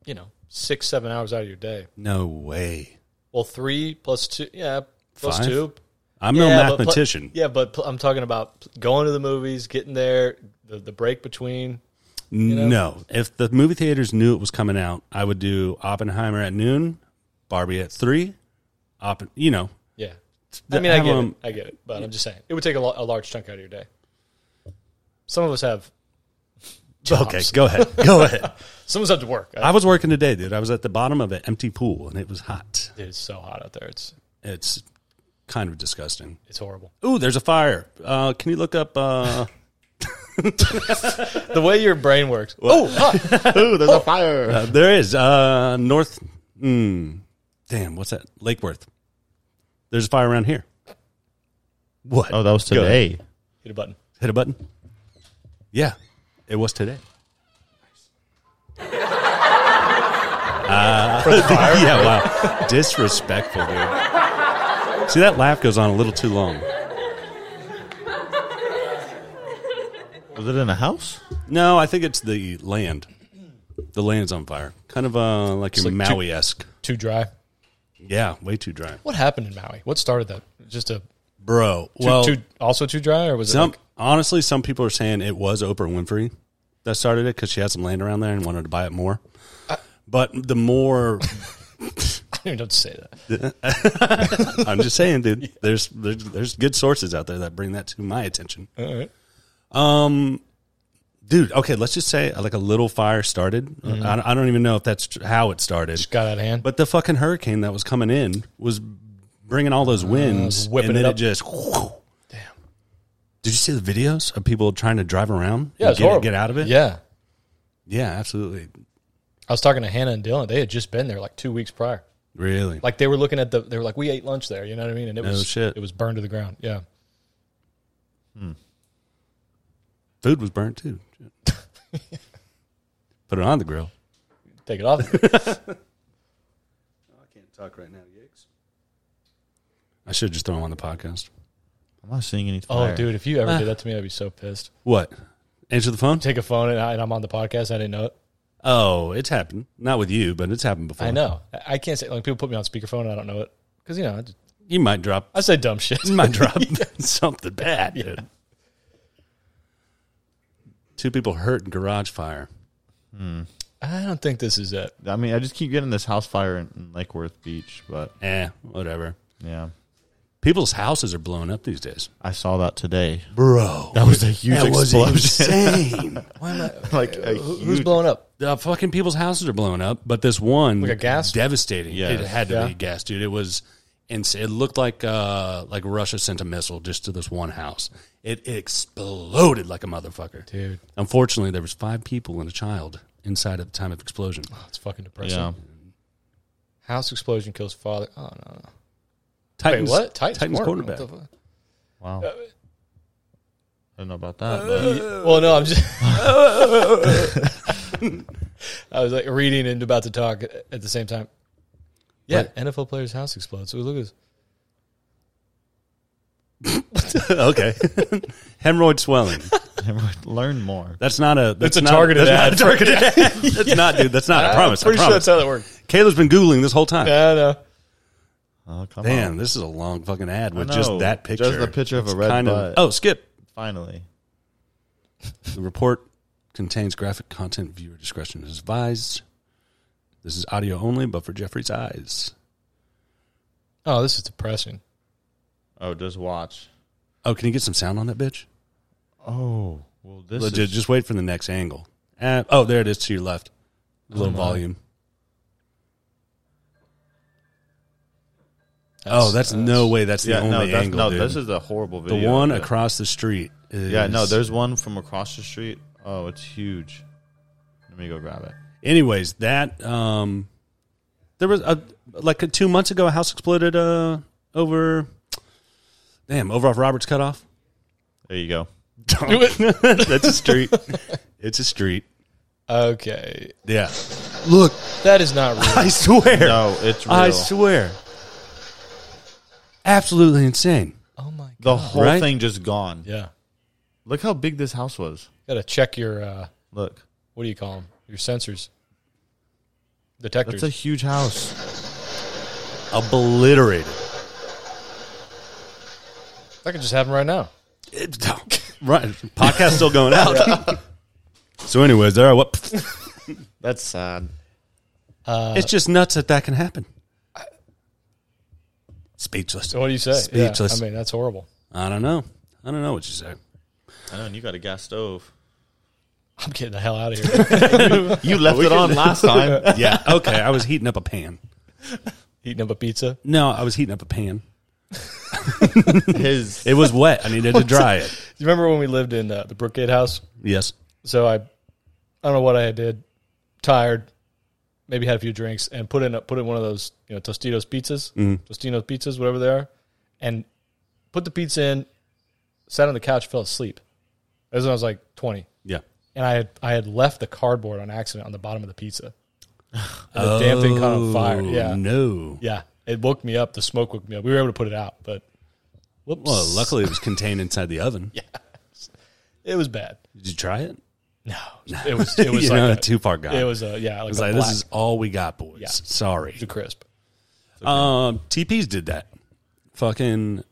[SPEAKER 2] you know, six seven hours out of your day.
[SPEAKER 1] No way.
[SPEAKER 2] Well, three plus two, yeah, plus
[SPEAKER 1] Five?
[SPEAKER 2] two.
[SPEAKER 1] I'm no
[SPEAKER 2] Yeah, but pl-
[SPEAKER 1] mathematician.
[SPEAKER 2] yeah, but pl- I'm talking about pl- going to the movies, getting there, the, the break between. know?
[SPEAKER 1] No. If the movie theaters knew it was coming out, I would do Oppenheimer at noon, Barbie at three. Oppen- you know,
[SPEAKER 2] Yeah,
[SPEAKER 1] The-
[SPEAKER 2] I mean, I
[SPEAKER 1] have,
[SPEAKER 2] get
[SPEAKER 1] um,
[SPEAKER 2] it, I get it, but I'm just saying it would take a, lo- a large chunk out of your day. Some of us have. Jobs.
[SPEAKER 1] (laughs) okay, go ahead, go ahead.
[SPEAKER 2] Some of us have to work.
[SPEAKER 1] (laughs) I was working today, dude. I was at the bottom of an empty pool, and it was hot.
[SPEAKER 2] Dude, it's so hot out there. It's
[SPEAKER 1] It's kind of disgusting.
[SPEAKER 2] it's horrible.
[SPEAKER 1] Ooh, there's a fire. Uh, can you look up? Uh,
[SPEAKER 2] The way your brain works. Oh, huh.
[SPEAKER 3] Ooh, there's a fire.
[SPEAKER 1] Uh, there is uh, North. Mm, damn, what's that? Lake Worth. There's a fire around here. What?
[SPEAKER 3] Oh, that was
[SPEAKER 1] Go ahead.
[SPEAKER 3] today.
[SPEAKER 2] hit a button.
[SPEAKER 1] Hit a button. Yeah, it was today. (laughs) Uh, yeah, wow. Disrespectful, dude. See, that laugh goes on a little too long.
[SPEAKER 3] Was it in a house?
[SPEAKER 1] No, I think it's the land. The land's on fire. Kind of uh, like your
[SPEAKER 2] like too-
[SPEAKER 1] Maui esque.
[SPEAKER 2] Too dry.
[SPEAKER 1] Yeah, way too dry.
[SPEAKER 2] What happened in Maui? What started that? Just a too,
[SPEAKER 1] Bro, well,
[SPEAKER 2] too also too dry, or was
[SPEAKER 1] some,
[SPEAKER 2] it? like- (laughs)
[SPEAKER 1] honestly, some people are saying it was Oprah Winfrey that started it because she had some land around there and wanted to buy it more. But the more
[SPEAKER 2] I don't even know what to say that.
[SPEAKER 1] I'm just saying, dude. There's, there's there's good sources out there that bring that to my attention.
[SPEAKER 2] All right.
[SPEAKER 1] Dude, okay, let's just say uh, like a little fire started.
[SPEAKER 2] Mm-hmm.
[SPEAKER 1] I, don't- I don't even know if that's tr- how it started.
[SPEAKER 2] Just got out of hand.
[SPEAKER 1] But the fucking hurricane that was coming in was bringing all those winds,
[SPEAKER 2] was Uh, whipping
[SPEAKER 1] and then
[SPEAKER 2] it
[SPEAKER 1] it,
[SPEAKER 2] up.
[SPEAKER 1] just. Damn. Did you see the videos of people trying to drive around?
[SPEAKER 2] yeah,
[SPEAKER 1] and
[SPEAKER 2] it's
[SPEAKER 1] get,
[SPEAKER 2] horrible.
[SPEAKER 1] get out of it.
[SPEAKER 2] Yeah,
[SPEAKER 1] yeah, absolutely.
[SPEAKER 2] I was talking to Hannah and Dylan. They had just been there like two weeks prior.
[SPEAKER 1] Really,
[SPEAKER 2] Like they were looking at the. They were like, "We ate lunch there." You know what I mean? And it
[SPEAKER 1] No
[SPEAKER 2] was
[SPEAKER 1] shit.
[SPEAKER 2] It was burned to the ground. Yeah.
[SPEAKER 1] food was burnt
[SPEAKER 2] (laughs)
[SPEAKER 1] too. Put it on the grill.
[SPEAKER 2] Take it
[SPEAKER 1] (laughs)
[SPEAKER 2] off. Oh,
[SPEAKER 1] Oh, I can't talk right now, Yakes. I should just throw him on the podcast.
[SPEAKER 3] I'm not seeing anything.
[SPEAKER 2] oh, dude, if you ever did that to me, I'd be so pissed.
[SPEAKER 1] What? Answer the phone?
[SPEAKER 2] Take a phone and, I, and I'm on the podcast. I didn't know it.
[SPEAKER 1] Oh, it's happened. Not with you, but it's happened before.
[SPEAKER 2] I know. I- I can't say like people put me on speakerphone. and I don't know it because you know I, just-
[SPEAKER 1] You might drop.
[SPEAKER 2] I say dumb shit. (laughs)
[SPEAKER 1] You might (laughs) drop something bad, dude. Two people hurt in garage fire.
[SPEAKER 2] I don't think this is it.
[SPEAKER 3] I mean, I just keep getting this house fire in, in Lake Worth Beach, but
[SPEAKER 1] Eh, whatever.
[SPEAKER 3] yeah,
[SPEAKER 1] People's houses are blown up these days,
[SPEAKER 3] I saw that today. (laughs)
[SPEAKER 1] bro.
[SPEAKER 3] That was a huge
[SPEAKER 1] That was
[SPEAKER 3] explosion.
[SPEAKER 1] insane.
[SPEAKER 3] like a
[SPEAKER 2] (laughs) Who-
[SPEAKER 3] huge.
[SPEAKER 2] Who's blowing up?
[SPEAKER 1] the fucking people's houses are blown up, but this one
[SPEAKER 2] Like a gas?
[SPEAKER 1] devastating.
[SPEAKER 3] Yeah.
[SPEAKER 1] It had to
[SPEAKER 2] Yeah.
[SPEAKER 1] be gas, dude. It was and it looked like uh like Russia sent a missile just to this one house. It exploded like a motherfucker.
[SPEAKER 2] Dude.
[SPEAKER 1] Unfortunately, there was five people and a child inside at the time of explosion.
[SPEAKER 2] That's oh, fucking depressing.
[SPEAKER 3] yeah,
[SPEAKER 2] House explosion kills father. Oh no. no.
[SPEAKER 1] Titans,
[SPEAKER 2] Wait, what? Titans, corner-
[SPEAKER 1] quarterback.
[SPEAKER 2] what the fuck?
[SPEAKER 3] wow.
[SPEAKER 1] Uh,
[SPEAKER 3] I don't know about that. but-
[SPEAKER 2] Well, no, I'm just. (laughs) I was like reading and about to talk at the same time. Yeah, NFL player's house explodes. Ooh, look at
[SPEAKER 1] (laughs)
[SPEAKER 2] this.
[SPEAKER 1] okay. Hemorrhoid swelling.
[SPEAKER 3] (laughs) Learn more.
[SPEAKER 1] That's not a. That's
[SPEAKER 2] a
[SPEAKER 1] not,
[SPEAKER 2] targeted
[SPEAKER 1] that's
[SPEAKER 2] ad.
[SPEAKER 1] Not a
[SPEAKER 2] (laughs)
[SPEAKER 1] targeted ad. That's not, dude. That's not. I promise. I
[SPEAKER 2] pretty sure
[SPEAKER 1] promise.
[SPEAKER 2] that's how that works.
[SPEAKER 1] Kayla's been googling this whole time.
[SPEAKER 2] Yeah, I know.
[SPEAKER 3] Oh, come
[SPEAKER 1] Damn,
[SPEAKER 3] on.
[SPEAKER 1] this is a long fucking ad with
[SPEAKER 3] I
[SPEAKER 1] just
[SPEAKER 3] know.
[SPEAKER 1] that
[SPEAKER 3] Just
[SPEAKER 1] picture.
[SPEAKER 3] the picture of a
[SPEAKER 1] It's
[SPEAKER 3] red
[SPEAKER 1] kind
[SPEAKER 3] butt.
[SPEAKER 1] oh, skip.
[SPEAKER 3] Finally.
[SPEAKER 1] The report contains graphic content. Viewer discretion is advised. This is audio only, but for Jeffrey's eyes.
[SPEAKER 2] Oh, this is depressing.
[SPEAKER 3] Oh, just watch.
[SPEAKER 1] Oh, can you get some sound on that bitch?
[SPEAKER 3] Oh, well, this
[SPEAKER 1] Legit.
[SPEAKER 3] is
[SPEAKER 1] Just wait for the next angle. Uh, oh, there it is to your left. Low volume. oh, that's no way. That's the
[SPEAKER 3] yeah.
[SPEAKER 1] only
[SPEAKER 3] No, that's,
[SPEAKER 1] angle.
[SPEAKER 3] no,
[SPEAKER 1] dude.
[SPEAKER 3] this is a horrible
[SPEAKER 1] the
[SPEAKER 3] video.
[SPEAKER 1] one
[SPEAKER 3] Yeah.
[SPEAKER 1] across the street. Is,
[SPEAKER 3] Yeah, no, there's one from across the street. Oh, it's huge. Let me go grab it.
[SPEAKER 1] anyways that um there was a like uh, two months ago a house exploded uh over damn over off roberts cutoff
[SPEAKER 3] There you go.
[SPEAKER 1] (laughs) that's a street it's a street
[SPEAKER 2] Okay,
[SPEAKER 1] yeah look
[SPEAKER 2] that is
[SPEAKER 1] (laughs)
[SPEAKER 2] not real.
[SPEAKER 1] i swear
[SPEAKER 3] No, it's real.
[SPEAKER 1] i swear absolutely insane
[SPEAKER 2] oh my god.
[SPEAKER 3] the whole
[SPEAKER 1] Right?
[SPEAKER 3] thing just gone.
[SPEAKER 2] Yeah,
[SPEAKER 3] Look how big this house was.
[SPEAKER 2] gotta check your uh,
[SPEAKER 3] Look,
[SPEAKER 2] what do you call them? Your sensors, detectors.
[SPEAKER 3] that's a huge house.
[SPEAKER 1] obliterated
[SPEAKER 2] that could just happen right now.
[SPEAKER 1] It- right podcast still going out so anyways there are what
[SPEAKER 3] That's sad.
[SPEAKER 1] it's just nuts that that can happen speechless
[SPEAKER 2] So what do you say? Yeah,
[SPEAKER 1] Speechless.
[SPEAKER 2] I mean, that's horrible.
[SPEAKER 1] I don't know. I don't know what you say.
[SPEAKER 3] I know, and you got a gas stove.
[SPEAKER 2] I'm getting the hell out of here. (laughs)
[SPEAKER 3] (laughs) You left it on last
[SPEAKER 2] Uh,
[SPEAKER 3] time.
[SPEAKER 1] (laughs) Yeah. Okay. I was heating up a pan.
[SPEAKER 2] Eating up a pizza.
[SPEAKER 1] No, I was heating up a pan.
[SPEAKER 3] His
[SPEAKER 1] It was wet. I (laughs) needed to dry it.
[SPEAKER 2] you remember when we lived in uh, the Brookgate house?
[SPEAKER 1] Yes.
[SPEAKER 2] So I, I don't know what I did. Tired, maybe had a few drinks, and put in a, put in one of those you know Tostitos pizzas,
[SPEAKER 1] Mm-hmm.
[SPEAKER 2] Tostinos pizzas, whatever they are, and put the pizza in. Sat on the couch, fell asleep. That was when I was like twenty,
[SPEAKER 1] Yeah.
[SPEAKER 2] and I had I had left the cardboard on accident on the bottom of
[SPEAKER 1] (sighs)
[SPEAKER 2] the pizza. And the damn thing caught on fire.
[SPEAKER 1] Oh,
[SPEAKER 2] Yeah,
[SPEAKER 1] No.
[SPEAKER 2] yeah. It woke me up. The smoke woke me up. We were able to put it out, but whoops.
[SPEAKER 1] Well, luckily it was contained inside the oven.
[SPEAKER 2] it was bad.
[SPEAKER 1] Did you try it? (laughs)
[SPEAKER 2] No, it was it was
[SPEAKER 1] You
[SPEAKER 2] like
[SPEAKER 1] know,
[SPEAKER 2] a,
[SPEAKER 1] too far gone.
[SPEAKER 2] It was a yeah, like,
[SPEAKER 1] I was
[SPEAKER 2] a
[SPEAKER 1] like,
[SPEAKER 2] black
[SPEAKER 1] this is all we got, boys.
[SPEAKER 2] Yeah.
[SPEAKER 1] Sorry.
[SPEAKER 2] to crisp.
[SPEAKER 1] Um, TP's did that. Fucking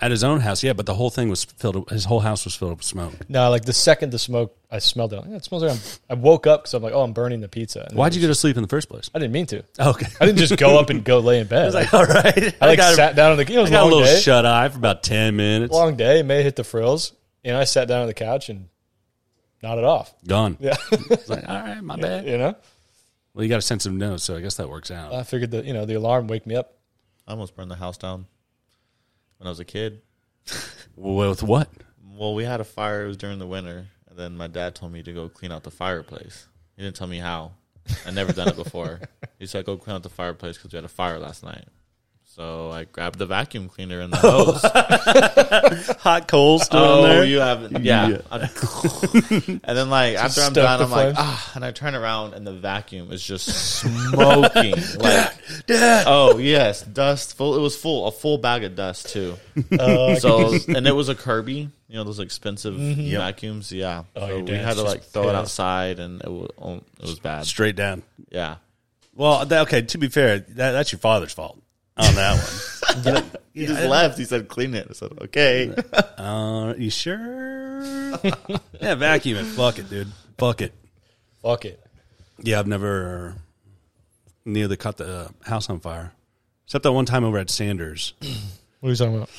[SPEAKER 1] at his own house. Yeah, but the whole thing was filled. Up, his whole house was filled up with smoke.
[SPEAKER 2] No, like the second the smoke, I smelled it. I'm like, "Yeah, it smells like I'm, I woke up because I'm like, oh, I'm burning the pizza. And
[SPEAKER 1] Why'd
[SPEAKER 2] then
[SPEAKER 1] you go to sleep in the first place?
[SPEAKER 2] I didn't mean to.
[SPEAKER 1] Okay.
[SPEAKER 2] (laughs) I didn't
[SPEAKER 1] (laughs)
[SPEAKER 2] just go up and go lay in bed. I, like,
[SPEAKER 1] all right.
[SPEAKER 2] I, like
[SPEAKER 1] got,
[SPEAKER 2] sat down on the. It was
[SPEAKER 1] I
[SPEAKER 2] a
[SPEAKER 1] got a
[SPEAKER 2] long
[SPEAKER 1] little
[SPEAKER 2] day.
[SPEAKER 1] shut eye for about ten minutes.
[SPEAKER 2] Long day. May hit the frills, and I sat down on the couch and nodded off.
[SPEAKER 1] Gone.
[SPEAKER 2] Yeah,
[SPEAKER 1] (laughs) It's like, all right, my bad.
[SPEAKER 2] you know.
[SPEAKER 1] Well, you got a sense of no, so I guess that works out.
[SPEAKER 2] I figured that you know the alarm wake me up.
[SPEAKER 3] I almost burned the house down when I was a kid.
[SPEAKER 1] well, with what?
[SPEAKER 3] Well, we had a fire. It was during the winter, and then my dad told me to go clean out the fireplace. He didn't tell me how. I never done it (laughs) before. He said go clean out the fireplace because we had a fire last night. So I grabbed the vacuum cleaner (laughs) and the hose.
[SPEAKER 1] Hot coals still
[SPEAKER 3] oh,
[SPEAKER 1] in there.
[SPEAKER 3] you haven't, yeah.
[SPEAKER 1] Yeah.
[SPEAKER 3] I'm-
[SPEAKER 1] (laughs)
[SPEAKER 3] and then like after I'm
[SPEAKER 2] stoke
[SPEAKER 3] done,
[SPEAKER 2] the
[SPEAKER 3] I'm like
[SPEAKER 2] flames.
[SPEAKER 3] ah, and I turn around and the vacuum is just (laughs) smoking. like, oh yes, dust full. It was full, a full bag of dust (laughs) too. so (laughs) and it was a Kirby, you know those expensive vacuums. Yeah,
[SPEAKER 2] your
[SPEAKER 3] so we
[SPEAKER 2] dad's
[SPEAKER 3] had to
[SPEAKER 2] just
[SPEAKER 3] like throw it
[SPEAKER 2] pissed.
[SPEAKER 3] outside, and it was oh, it was bad.
[SPEAKER 1] Straight down.
[SPEAKER 3] Yeah,
[SPEAKER 1] Well, that, okay. To be fair, that, that's your father's fault on that one.
[SPEAKER 3] he just left. He said clean it. I said okay.
[SPEAKER 1] (laughs) Uh, you sure? (laughs) yeah, vacuum it. Fuck it, dude. Fuck it.
[SPEAKER 2] Fuck it.
[SPEAKER 1] Yeah, I've never nearly caught the uh, house on fire, except that one time over at Sanders.
[SPEAKER 2] What are you talking about?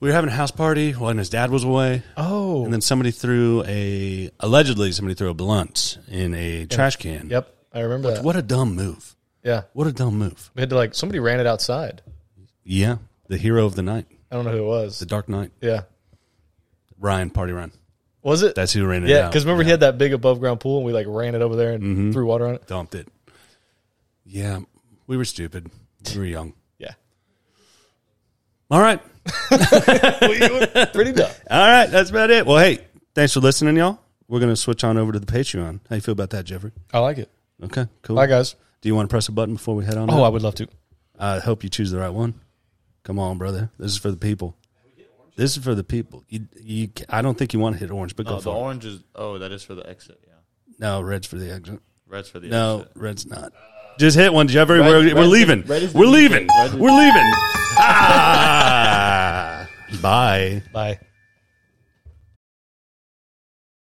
[SPEAKER 1] We were having a house party when his dad was away,
[SPEAKER 2] Oh,
[SPEAKER 1] and then somebody threw a allegedly somebody threw a blunt in a trash can.
[SPEAKER 2] yep. I remember that.
[SPEAKER 1] What a dumb move.
[SPEAKER 2] Yeah,
[SPEAKER 1] What a dumb move.
[SPEAKER 2] we had to like somebody ran it outside.
[SPEAKER 1] Yeah, the hero of the night,
[SPEAKER 2] I don't know who it
[SPEAKER 1] the
[SPEAKER 2] was.
[SPEAKER 1] Dark Knight,
[SPEAKER 2] Yeah,
[SPEAKER 1] Ryan Party Ryan.
[SPEAKER 2] was it?
[SPEAKER 1] That's who ran it
[SPEAKER 2] yeah,
[SPEAKER 1] out.
[SPEAKER 2] because remember he had that big above ground pool and we like ran it over there and
[SPEAKER 1] Mm-hmm.
[SPEAKER 2] threw water on it.
[SPEAKER 1] dumped it. Yeah, we were stupid. We were young.
[SPEAKER 2] Yeah,
[SPEAKER 1] All right.
[SPEAKER 2] pretty dumb.
[SPEAKER 1] All right. That's about it. Well, hey, thanks for listening, y'all. We're going to switch on over to the Patreon. How you feel about that, Jeffrey?
[SPEAKER 2] I like it.
[SPEAKER 1] Okay, cool.
[SPEAKER 2] Bye, guys.
[SPEAKER 1] Do you want to press a button before we head on?
[SPEAKER 2] Oh, I
[SPEAKER 1] out?
[SPEAKER 2] would love to.
[SPEAKER 1] I hope you choose the right one. Come on, brother. This is for the people. This is for the people. You, you, I don't think you want to hit orange, but go
[SPEAKER 3] No, (laughs) the
[SPEAKER 1] for it.
[SPEAKER 3] orange is oh that is for the exit. Yeah,
[SPEAKER 1] No, red's for the exit.
[SPEAKER 3] red's for the
[SPEAKER 1] No,
[SPEAKER 3] exit.
[SPEAKER 1] red's not. Just hit one, Jeffrey. we're,
[SPEAKER 3] red
[SPEAKER 1] we're
[SPEAKER 3] is-
[SPEAKER 1] leaving.
[SPEAKER 3] red is the
[SPEAKER 1] we're
[SPEAKER 3] beacon.
[SPEAKER 1] leaving.
[SPEAKER 3] Red is-
[SPEAKER 1] We're leaving. ah, (laughs) bye.
[SPEAKER 2] Bye.